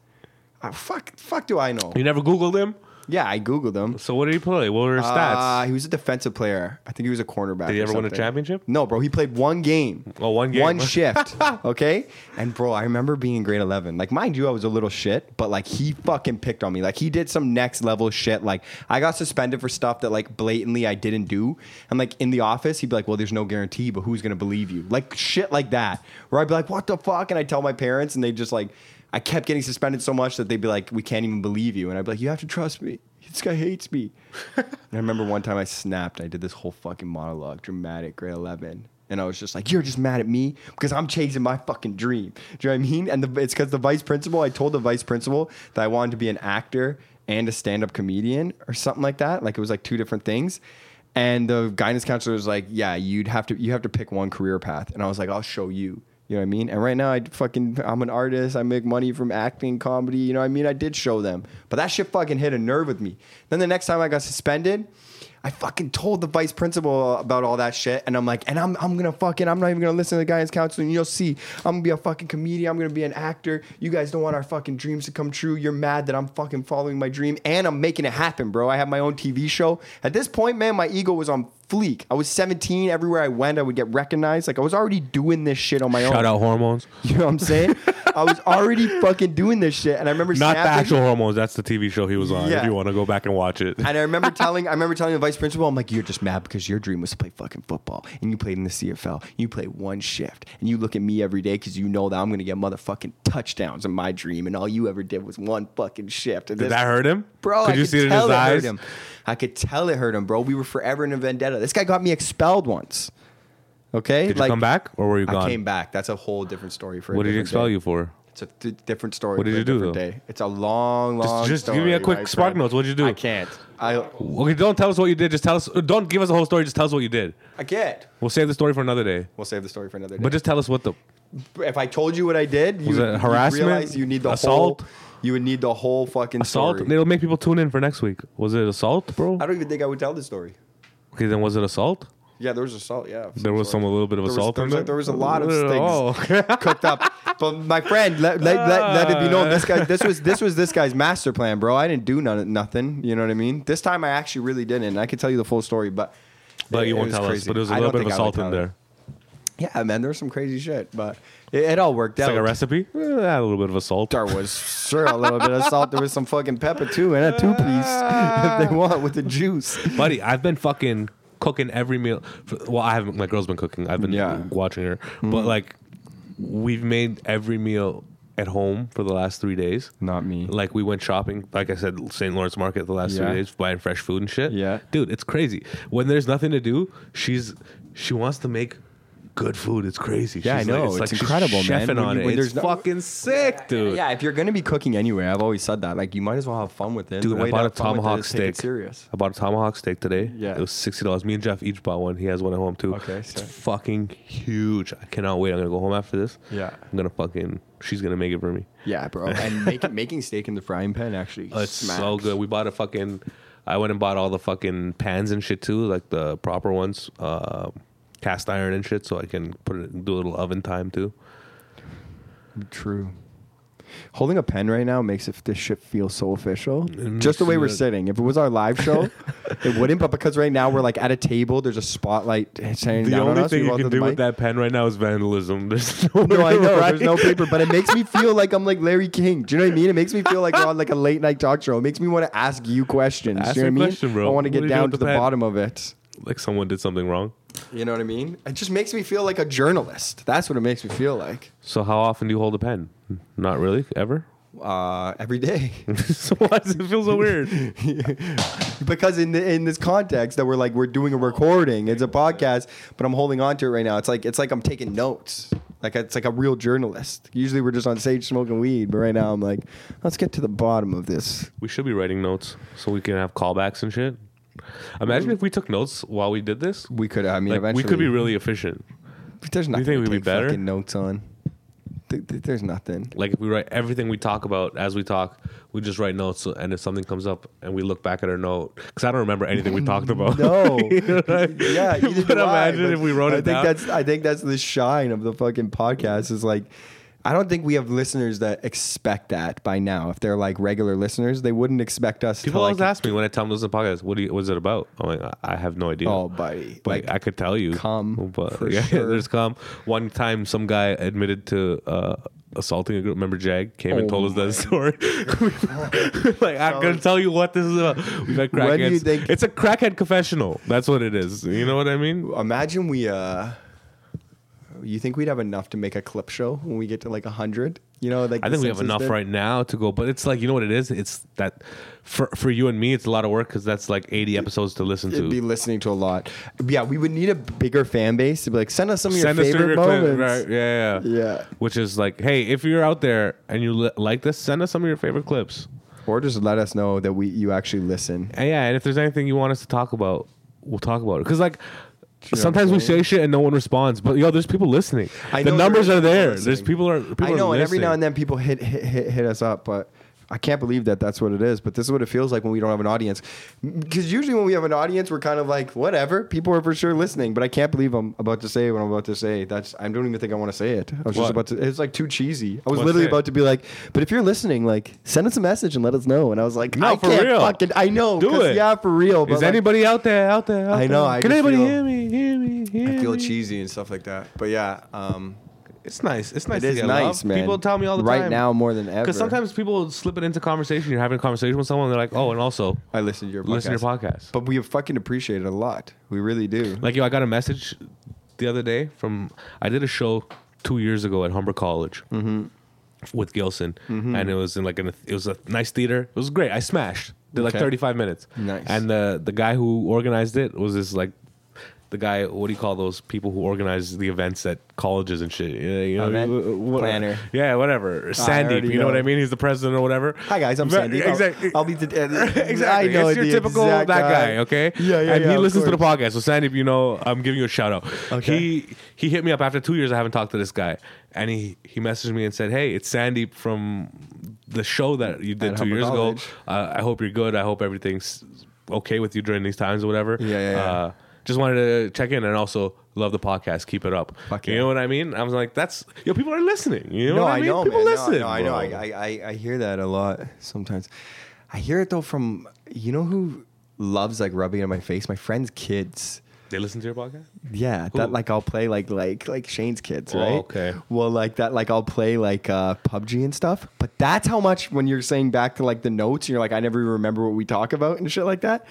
Uh, fuck, fuck, do I know? You never Googled him? Yeah, I googled him. So what did he play? What were his Uh, stats? he was a defensive player. I think he was a cornerback. Did he or ever win a something. championship? No, bro. He played one game. Oh, one game. One shift. Okay. And bro, I remember being in grade eleven. Like, mind you, I was a little shit, but like he fucking picked on me. Like he did some next level shit. Like I got suspended for stuff that like blatantly I didn't do. And like in the office, he'd be like, "Well, there's no guarantee, but who's gonna believe you?" Like shit like that. Where I'd be like, "What the fuck?" And I tell my parents, and they just like. I kept getting suspended so much that they'd be like, "We can't even believe you," and I'd be like, "You have to trust me. This guy hates me." and I remember one time I snapped. I did this whole fucking monologue, dramatic, grade eleven, and I was just like, "You're just mad at me because I'm chasing my fucking dream." Do you know what I mean? And the, it's because the vice principal. I told the vice principal that I wanted to be an actor and a stand-up comedian or something like that. Like it was like two different things. And the guidance counselor was like, "Yeah, you'd have to you have to pick one career path." And I was like, "I'll show you." You know what I mean? And right now, I fucking I'm an artist. I make money from acting, comedy. You know what I mean? I did show them, but that shit fucking hit a nerve with me. Then the next time I got suspended, I fucking told the vice principal about all that shit, and I'm like, and I'm I'm gonna fucking I'm not even gonna listen to the guidance counselor. And you'll see, I'm gonna be a fucking comedian. I'm gonna be an actor. You guys don't want our fucking dreams to come true. You're mad that I'm fucking following my dream, and I'm making it happen, bro. I have my own TV show. At this point, man, my ego was on fleek. I was 17. Everywhere I went, I would get recognized. Like I was already doing this shit on my own. Shout out hormones. You know what I'm saying? I was already fucking doing this shit, and I remember Not the snapping- actual hormones. That's the TV show he was on. If Yeah. you want to go back and watch it. And I remember telling, I remember telling the vice principal, I'm like, you're just mad because your dream was to play fucking football, and you played in the CFL. You play one shift, and you look at me every day because you know that I'm gonna get motherfucking touchdowns in my dream, and all you ever did was one fucking shift. And Did this- that hurt him? Bro, Could I you could see it in tell his it eyes? hurt him. I could tell it hurt him, bro. We were forever in a vendetta. This guy got me expelled once. Okay, Did you come back or were you gone? I came back. That's a whole different story for. a What did he different expel day. you for? It's a th- different story. What did for a you do, different though? Day. It's a long, long. just give me a story, quick my spark friend. notes. What'd you do? I can't. I Okay, don't tell us what you did. Just tell us. Don't give us a whole story. Just tell us what you did. I can't. We'll save the story for another day. We'll save the story for another day. But just tell us what the. if I told you what I did, you Was it would harassment? realize you need the Assault? whole. You would need the whole fucking Assault? Story. It'll make people tune in for next week. Was it assault, bro? I don't even think I would tell the story. Okay, then was it assault? Yeah, there was assault. Yeah, of There was some a little bit There of was- assault there in was, there. there was a lot of Oh, things cooked up. But my friend, let, let, let, let it be known, this guy, this was this was this guy's master plan, bro. I didn't do none, nothing. You know what I mean? This time I actually really didn't. And I could tell you the full story, but But it- you it won't was tell us. crazy. But there was a I little don't bit of think I would assault in tell it. there. Yeah, man, there was some crazy shit, but it, it all worked It's out. like a recipe. Eh, a little bit of assault. There was sure a little bit of salt. There was some fucking pepper too, and a two piece if they want with the juice. buddy. I've been fucking cooking every meal. For, well, I haven't. My girl's been cooking. I've been Yeah. Hmm. watching her, but like, we've made every meal at home for the last three days. Not me. Like we went shopping. Like I said, St. Lawrence Market the last Yeah. three days, buying fresh food and shit. Yeah. dude, it's crazy. When there's nothing to do, she's she wants to make. Good food, it's crazy. Yeah, I She's know. It's she's incredible, man. Chefing When on you- it, when it's there's no- fucking sick, dude. Yeah, if you're gonna be cooking anyway, I've always said that. Like you might as well have fun with it. Dude, The way I to bought a have fun with it tomahawk is take it steak. serious. I bought a tomahawk steak today. Yeah. it was sixty dollars. Me and Jeff each bought one. He has one at home too. Okay, it's sick. fucking huge. I cannot wait. I'm gonna go home after this. Yeah. I'm gonna fucking. She's gonna make it for me. Yeah, bro. And making making steak in the frying pan actually. It's so smacks. good. We bought a fucking I went and bought all the fucking pans and shit too, like the proper ones, uh, cast iron and shit, so I can put it do a little oven time too. True. Holding a pen right now makes it, this shit feel so official. Just the way we're feel- sitting. If it was our live show, it wouldn't. But because right now we're like at a table, there's a spotlight shining The down on only us. thing we you walked to can the do with mic. that pen right now is vandalism. There's no, No, I know. There's no paper, but it makes me feel like I'm like Larry King. Do you know what I mean? It makes me feel like we're on like a late night talk show. It makes me want to ask you questions. Ask do you know me what I mean? question, bro. I want to What get are you down doing to with the the pen? bottom of it. like someone did something wrong. You know what I mean? It just makes me feel like a journalist. That's what it makes me feel like. So how often do you hold a pen? Not really, ever. Uh, every day. so why does it feel so weird? because in the, in this context that we're like we're doing a recording, it's a podcast, but I'm holding on to it right now. It's like it's like I'm taking notes. Like it's like a real journalist. Usually we're just on stage smoking weed, but right now I'm like, let's get to the bottom of this. We should be writing notes so we can have callbacks and shit. Imagine if we took notes while we did this. We could, I mean, Like, eventually we could be really efficient. There's nothing. think to we'd be take better? Fucking notes on. Th- th- There's nothing. Like if we write everything we talk about as we talk, we just write notes. so- And if something comes up and we look back at our note, because I don't remember anything we talked about. No. You know what I mean? Yeah, either But do I, imagine but if we wrote I it think down. that's I think that's the shine of the fucking podcast is like I don't think we have listeners that expect that by now. If they're like regular listeners, they wouldn't expect us People to always like ask me when I tell them this is a podcast, what do you, what's it about? I'm like, "I- I have no idea. Oh, buddy, But like, I could tell you. cum, But for yeah, sure. there's cum. One time, some guy admitted to uh, assaulting a group. Remember, Jag came and Oh told us that story. like, I'm going to tell you what this is about. We've had When do you crackheads. think- it's a crackhead confessional. That's what it is. You know what I mean? imagine we uh you think we'd have enough to make a clip show when we get to like 100? You know, like I The think we have Simpsons enough did? right now to go, but it's like you know what it is. It's that for for you and me, it's a lot of work because that's like eighty episodes to listen to. It'd be listening to a lot. Yeah, we would need a bigger fan base to be like, send us some of your Send us favorite your moments. clip, right? Yeah, yeah, Yeah. Which is like, hey, if you're out there and you li- like this, send us some of your favorite clips. Or just let us know that we you actually listen. And yeah, and if there's anything you want us to talk about, we'll talk about it. Because like. know Sometimes what we I mean? say shit and no one responds, but yo, there's people listening. I the know numbers there are is people there. There's listening. people are. People I know, are and every listening. now and then people hit, hit hit hit us up, but I can't believe that that's what it is. But this is what it feels like when we don't have an audience, because usually when we have an audience, we're kind of like whatever. People are for sure listening, but I can't believe I'm about to say what I'm about to say. That's I don't even think I want to say it. I was just What? about to. It's like too cheesy. I was What's literally it? about to be like, but if you're listening, like send us a message and let us know. And I was like, No, I for can't real. fucking. I know. Do 'cause, it. Yeah, for real. But Is like, anybody out there? Out there? out I know, there? I Can just anybody feel- hear me? Hear me? Hear I feel me? cheesy and stuff like that. But yeah, um, It's nice. It's nice. it to is get nice, love. man. People tell me all the right time right now more than ever. because sometimes people slip it into conversation. You're having a conversation with someone. They're like, oh, and also I listen to your podcast. listen to your podcast. But we fucking appreciate it a lot. We really do. Like, yo, I got a message the other day from I did a show two years ago at Humber College Mm-hmm. with Gilson, and it was in like an it was a nice theater. It was great. I smashed. Did like Okay. 35 minutes. Nice. And the the guy who organized it was this like. The guy, what do you call those people who organize the events at colleges and shit? Yeah, you know, Event what- planner. Yeah, whatever. Sandeep, already you know, what know. I mean? He's the president or whatever. Hi guys, I'm Ve- Sandy. Exactly. I'll, I'll be the, uh, Exactly. I know it's your the typical that exact guy, okay? Yeah, yeah. And yeah, he of listens to the course. podcast. So Sandeep, you know, I'm giving you a shout out. Okay. He he hit me up after two years I haven't talked to this guy. And he he messaged me and said, Hey, it's Sandeep from the show that you did At two Humber years College. ago. Uh, I hope you're good. I hope everything's okay with you during these times or whatever. Yeah, yeah, yeah. Uh, just wanted to check in and also love the podcast. Keep it up. Fuck you yeah. know what I mean? I was like, that's yo, people are listening. You know No, what I I mean? know, people man. No, listen. no, I know. bro. I, I, I- I hear that a lot sometimes. I hear it though from you know who loves like rubbing it in my face. My friend's kids. they listen to your podcast? Yeah, Who? that like I'll play like like like Shane's kids, Oh, right? okay. Well, like that like I'll play like uh PUBG and stuff. But that's how much when you're saying back to like the notes, you're like I never even remember what we talk about and shit like that.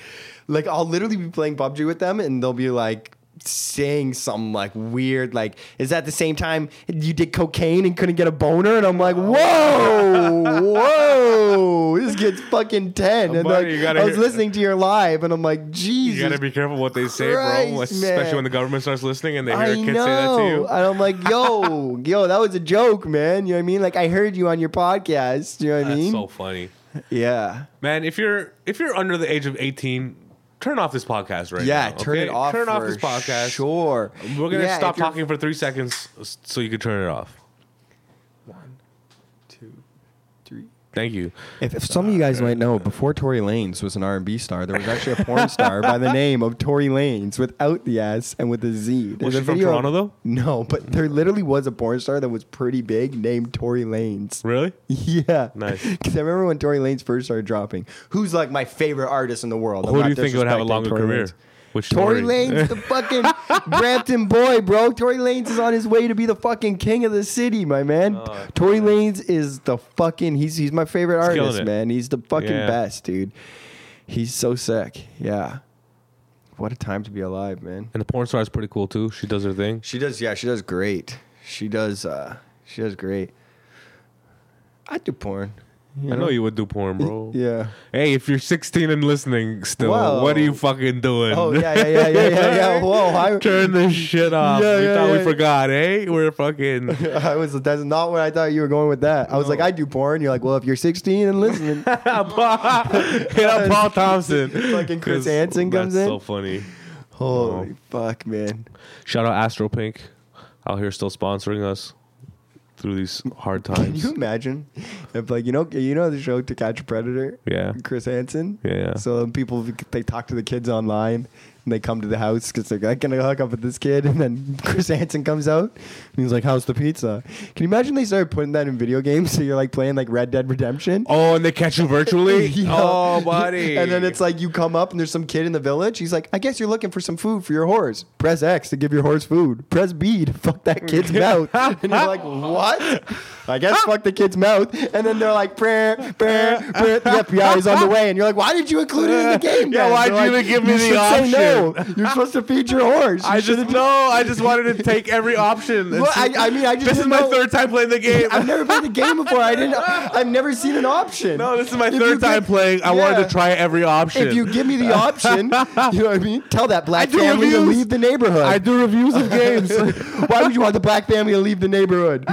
Like I'll literally be playing PUBG with them and they'll be like saying something like weird like is that the same time you did cocaine and couldn't get a boner and i'm like Oh. whoa whoa this gets fucking 10 and Buddy, like, you gotta i was hear- listening to your live and i'm like jesus You gotta be careful what they say, bro. Christ, Especially man. when the government starts listening and they hear I kids know. say that to you. And I'm like, yo, yo, that was a joke, man. You know what I mean? Like, I heard you on your podcast. You know what I That's mean? so funny, yeah. man. If you're if you're under the age of eighteen, turn off this podcast right now. Yeah, turn okay? it off. Turn off for this podcast. Sure. We're gonna Yeah, stop if you're- talking for three seconds so you can turn it off. Two, three. Thank you. If, if some of you guys might know, before Tory Lanez was an R&B star, there was actually a porn star by the name of Tory Lanez without the S and with a Z. There's she a from video- Toronto, though? No, but there literally was a porn star that was pretty big named Tory Lanez. Really? Yeah. Nice. Because I remember when Tory Lanez first started dropping, who's like my favorite artist in the world. I'm Who not do you think would have a disrespecting longer Tory career? Lanez. Which Tory Lanez, the fucking Brampton boy, bro. Tory Lanez is on his way to be the fucking king of the city, my man. Oh, Tory Lanez is the fucking he's he's my favorite He's killing artist, it. man. He's the fucking Yeah. best, dude. He's so sick. Yeah. What a time to be alive, man. And the porn star is pretty cool too. She does her thing. She does yeah, she does great. She does uh she does great. I do porn. I know you would do porn, bro. Yeah. Hey, if you're 16 and listening still, Whoa. what are you fucking doing? Oh yeah, yeah, yeah, yeah, yeah, yeah. Whoa, I, Turn this shit off. Yeah, we yeah, thought we yeah. forgot, eh? We're fucking. I was that's not where I thought you were going with that. I was like, I do porn. You're like, well, if you're 16 and listening, Hit up Paul Thompson. Fucking Chris 'Cause Hansen comes that's in. so funny. holy fuck, man. Shout out Astro Pink out here still sponsoring us through these hard Can times. you imagine if like you know you know the show To Catch a Predator? Yeah. Chris Hansen. Yeah, yeah. So then people they talk to the kids online and they come to the house because they're like, gonna hook up with this kid, and then Chris Hansen comes out and he's like, "How's the pizza?" Can you imagine they started putting that in video games? So you're like playing like Red Dead Redemption. Oh, and they catch you virtually? Yeah. Oh, buddy. And then it's like you come up and there's some kid in the village. He's like, I guess you're looking for some food for your horse. Press X to give your horse food. Press B to fuck that kid's mouth. And you're like, what? I guess fuck the kid's mouth. And then they're like, prayer, prayer, prayer. The FBI is on the way. And you're like, why did you include it in the game? Yeah, then?" why'd They're you like, even give me "You the should say no. You're supposed to feed your horse. I You just know. I just wanted to take every option. Well, I- I mean, I just this is didn't my know- third time playing the game. I've never played the game before. I didn't. I've never seen an option. no, this is my If you third time give- playing. I wanted Yeah. to try every option. If you give me the option, you know what I mean? Tell that black I do family to reviews. leave the neighborhood. I do reviews of games. Why would you want the black family to leave the neighborhood?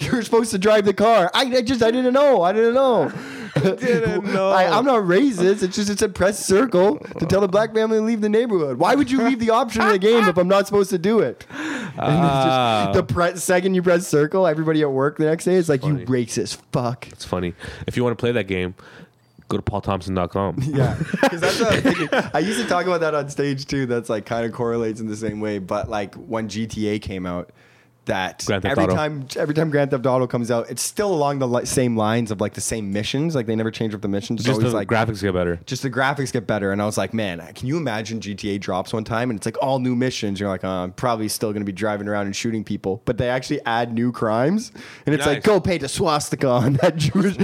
You're supposed to drive the car. I, I just I didn't know. I didn't know. Didn't know. I, am not racist. It's just it's a press circle to tell the black family to leave the neighborhood. Why would you leave the option in the game if I'm not supposed to do it? And it's just- Ah. the pre- second you press circle, everybody at work the next day is like, Funny. you racist fuck. it's funny. If you want to play that game, go to paulthompson.com. Yeah, because that's what I'm thinking. I used to talk about that on stage too. That's like kind of correlates in the same way. But like when GTA came out, that Grand Theft every Auto. time every time Grand Theft Auto comes out, it's still along the li- same lines of like the same missions. Like they never change up the missions. It's Just the always like graphics get better. just the graphics get better. And I was like, man, can you imagine GTA drops one time and it's like all new missions? You're like, oh, I'm probably still going to be driving around and shooting people, but they actually add new crimes, and it's like Nice. go paint a swastika on that Jewish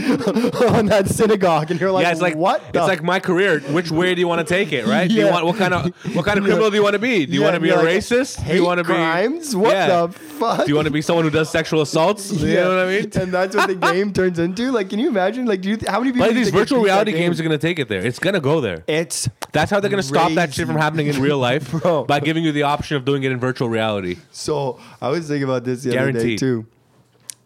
on that synagogue, and you're like, yeah, it's like what? It's the like my career. Which way do you want to take it? Right? Do you Yeah. want what kind of what kind of criminal do you want to be? Do you Yeah, want to be a you're like, racist? Do hate you want to be crimes? What the fuck? Do you want to be someone who does sexual assaults? You know what I mean? And that's what the game turns into. Like, can you imagine? Like, do you th- how many people? Play do you these think virtual beat that reality game? games are gonna take it there. It's gonna go there. It's That's how they're gonna stop that Crazy. shit from happening in real life Bro. by giving you the option of doing it in virtual reality. so. I was thinking about this the other day Guaranteed. too.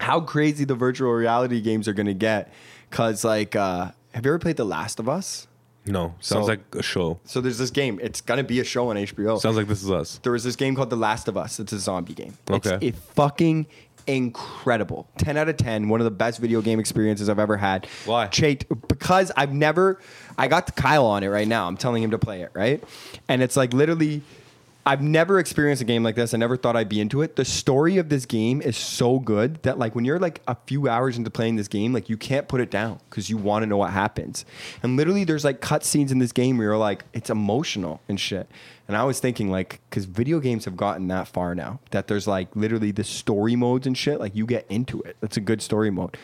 How crazy the virtual reality games are gonna get? Cause like, uh, have you ever played The Last of Us? No, So- sounds like a show. So there's this game. It's gonna be a show on HBO. Sounds like this is us. there was this game called The Last of Us. It's a zombie game. It's Okay. a fucking incredible. 10 out of 10. One of the best video game experiences I've ever had. Why? Chait, because I've never I got Kyle on it right now. I'm telling him to play it, right? And it's like literally I've never experienced a game like this. I never thought I'd be into it. The story of this game is so good that like when you're like a few hours into playing this game, like you can't put it down because you want to know what happens. And literally there's like cutscenes in this game where you're like, it's emotional and shit. And I was thinking like, because video games have gotten that far now that there's like literally the story modes and shit. Like you get into it. That's a good story mode.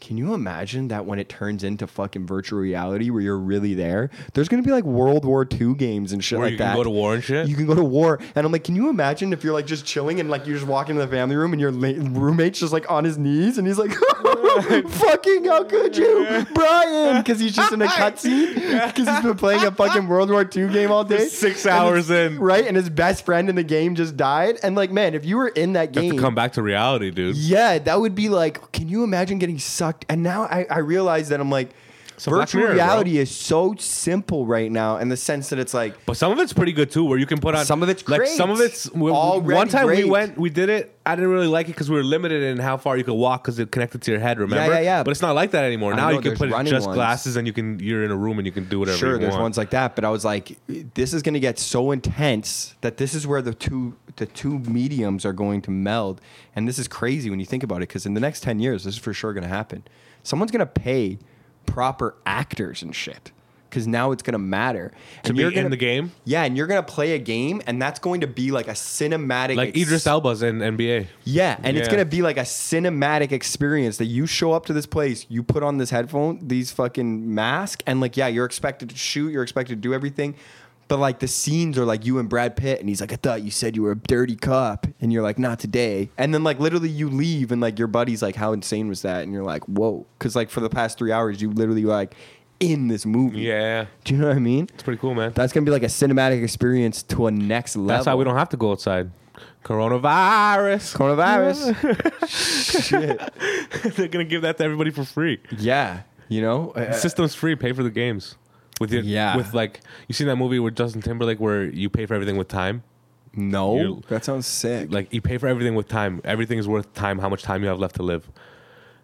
Can you imagine that when it turns into fucking virtual reality where you're really there? There's gonna be like World War II games and shit Where like you that. can go to war and shit? You can go to war, and I'm like, can you imagine if you're like just chilling and like you just walk into the family room and your la- roommate's just like on his knees and he's like, fucking how could you, Brian? Because he's just in a cutscene because he's been playing a fucking World War II game all day, Six And hours his- in. right? And his best friend in the game just died, and like, man, if you were in that You game, have to come back to reality, dude. yeah, that would be like, can you imagine getting sucked? And now I, I realize that I'm like, Black virtual Mirror, bro. reality is so simple right now in the sense that it's like But some of it's pretty good too, where you can put on Some of it's like great. some of it's we- we- Already one time great. we went we did it. I didn't really like it because we were limited in how far you could walk because it connected to your head. Remember? yeah, yeah. But it's not like that anymore. now know, you can there's put it running just ones. glasses and you can you're in a room and you can do whatever. sure you there's want. ones like that but i was like this is going to get so intense that this is where the two the two mediums are going to meld and this is crazy when you think about it because in the next 10 years this is for sure going to happen someone's going to pay proper actors and shit because now it's going to matter To And be you're in gonna- the game? yeah and you're going to play a game and that's going to be like a cinematic like ex- Idris Elba's in NBA. yeah, and it's Yeah. gonna be like a cinematic experience that you show up to this place, you put on this headphone, these fucking mask, and like, yeah, you're expected to shoot, you're expected to do everything, but like the scenes are like you and Brad Pitt, and he's like, I thought you said you were a dirty cop, and you're like, not today, and then like literally you leave, and like your buddy's like, how insane was that, and you're like, whoa, because like for the past three hours you literally were like in this movie. Yeah, do you know what I mean? it's pretty cool, man. That's gonna be like a cinematic experience to a next level. That's why we don't have to go outside. Coronavirus. coronavirus. They're gonna give that to everybody for free. yeah, you know. Uh, The system's free. Pay for the games. With your, Yeah. with like you seen that movie with Justin Timberlake where you pay for everything with time. No, You- that sounds sick. like you pay for everything with time. Everything is worth time. How much time you have left to live.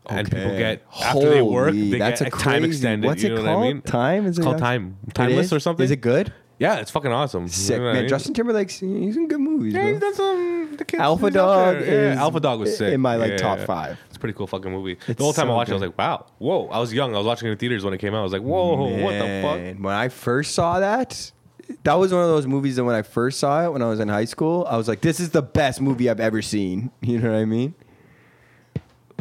And people Okay. get after they work, Holy, they that's get a time crazy- extended. what's you it know called? What I mean? Time? Is It's it called act- time. It Timeless is? or something. Is it good? Yeah, it's fucking awesome. Sick, You know what man. I mean? Justin Timberlake's he's in good movies. Yeah, bro. he's done some. The kids, Alpha he's up Dog there. is yeah, Alpha Dog was sick. in my, like, Yeah, top yeah. five. It's a pretty cool fucking movie. It's the whole time so I watched it, I was good. like, wow, whoa. I was young. I was watching it in theaters when it came out. I was like, whoa, what the fuck? Man, When I first saw that, that was one of those movies that when I first saw it when I was in high school, I was like, "This is the best movie I've ever seen." You know what I mean?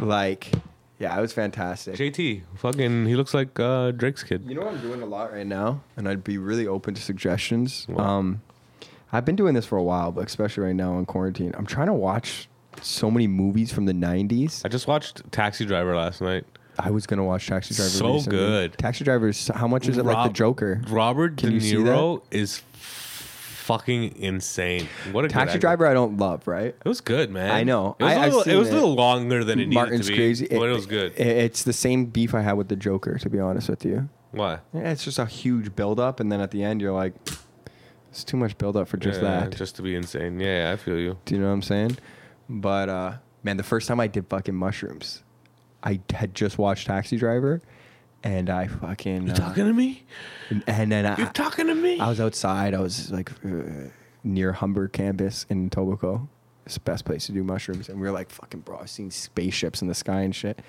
Like, yeah, it was fantastic. JT, fucking, he looks like uh, Drake's kid. You know what I'm doing a lot right now, and I'd be really open to suggestions. What? Um, I've been doing this for a while, but especially right now in quarantine, I'm trying to watch so many movies from the '90s. I just watched Taxi Driver last night. I was gonna watch Taxi Driver. So recently. good. Taxi Driver. is- How much is it like the Rob- Joker? Robert Can De you see Niro is fucking insane. What a good Taxi actor. Driver. I don't love. Right. It was good, man. I know. It was, I- a I've little, seen it was it. a little longer than it Martin's needed to be. crazy. But it was good. it- it's the same beef I had with the Joker. To be honest with you, Why? yeah, it's just a huge buildup, and then at the end, you're like, it's too much buildup for just Yeah, that. Just to be insane. Yeah, yeah, I feel you. Do you know what I'm saying? But uh, man, the first time I did fucking mushrooms, I had just watched Taxi Driver, and I fucking uh, to me? and then I, talking to me? I was outside. I was like uh, near Humber Campus in Tobaco. It's the best place to do mushrooms, and we were like fucking bro, I've seen spaceships in the sky and shit.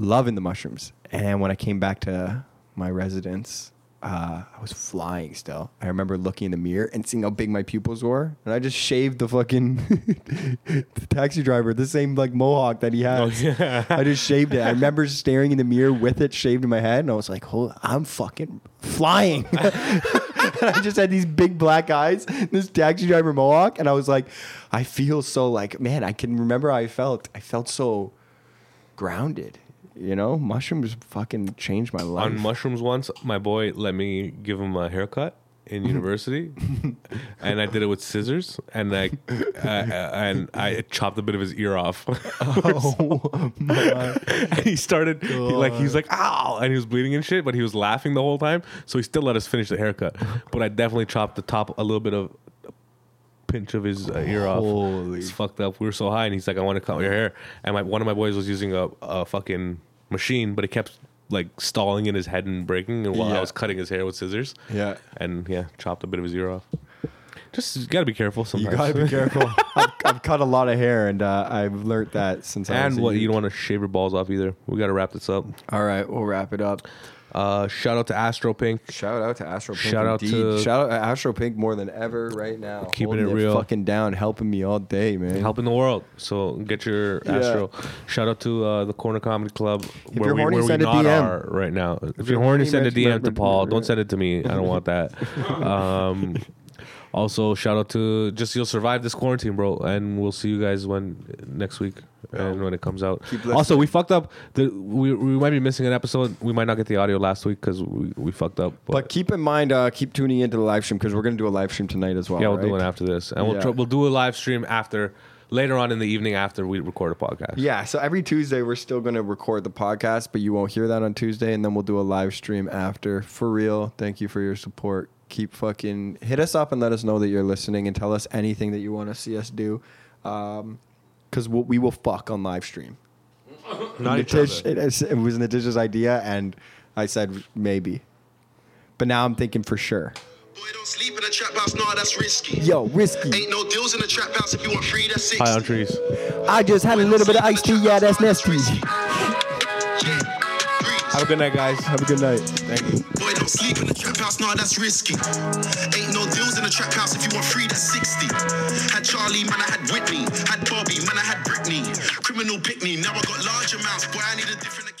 Loving the mushrooms. And when I came back to my residence, uh, I was flying still. I remember looking in the mirror and seeing how big my pupils were, and I just shaved the fucking the taxi driver, the same like mohawk that he had. Oh, yeah. I just shaved it. I remember staring in the mirror with it shaved in my head, and I was like, "Hold, I'm fucking flying." and I just had these big black eyes, this taxi driver mohawk, and I was like, "I feel so like man. I can remember how I felt. I felt so grounded. You know, mushrooms fucking changed my life. On mushrooms once, my boy let me give him a haircut in university, and I did it with scissors, and I uh, and I chopped a bit of his ear off. oh my! and he started he, like he's like ow and he was bleeding and shit but he was laughing the whole time so he still let us finish the haircut but i definitely chopped the top a little bit of a pinch of his uh, ear off Holy. it's fucked up we were so high and he's like i want to cut your hair and my, one of my boys was using a, a fucking machine but it kept like stalling in his head and breaking and while Yeah. i was cutting his hair with scissors Yeah. and yeah chopped a bit of his ear off just you gotta be careful You sometimes gotta be careful. I've, I've cut a lot of hair, and uh, I've learned that since I was and a what youth. you don't want to shave your balls off either we gotta wrap this up All right, we'll wrap it up. uh shout out to astro pink Shout out to Astro Pink. Shout out indeed. to- shout out to Astro Pink more than ever right now. Keeping Holding it real. fucking down, helping me all day, man. helping the world. So get your Yeah. Astro. Shout out to uh, the Corner Comedy Club you're horny, send a not DM. are right now. If, you're you're horny, horny, send a Reggie DM to Redmond, Paul. remember Don't it. send it to me. I don't want that. Um, also, shout out to just you'll survive this quarantine, bro. And we'll see you guys when next week and when it comes out. listening. Also, we fucked up. The, we we might be missing an episode. We might not get the audio last week because we, we fucked up. But keep in mind, uh, keep tuning into the live stream because we're gonna do a live stream tonight as well. Yeah, we'll do right? one after this, and we'll Yeah. tr- we'll do a live stream after later on in the evening after we record a podcast. Yeah, so every Tuesday we're still going to record the podcast, but you won't hear that on Tuesday, and then we'll do a live stream after. For real, thank you for your support. Keep fucking hit us up and let us know that you're listening, and tell us anything that you want to see us do, because we'll, we will fuck on live stream. Not each Nitish- other. it, is- it was Natish's idea, and I said maybe, but now I'm thinking for sure. Boy, don't sleep in a trap house, nah, that's risky. Yo, risky. Ain't no deals in a trap house if you want free, that's six. High on trees. I just had a little bit of iced tea. Yeah, that's nasty. Have a good night, guys. Have a good night. Boy, don't sleep in the trap house, nah, that's risky. Ain't no deals in the trap house if you want free, that's 60. Had Charlie, man, I had Whitney. Had Bobby, man, I had Britney. Criminal Pitney, now I got large amounts. Boy, I need a different.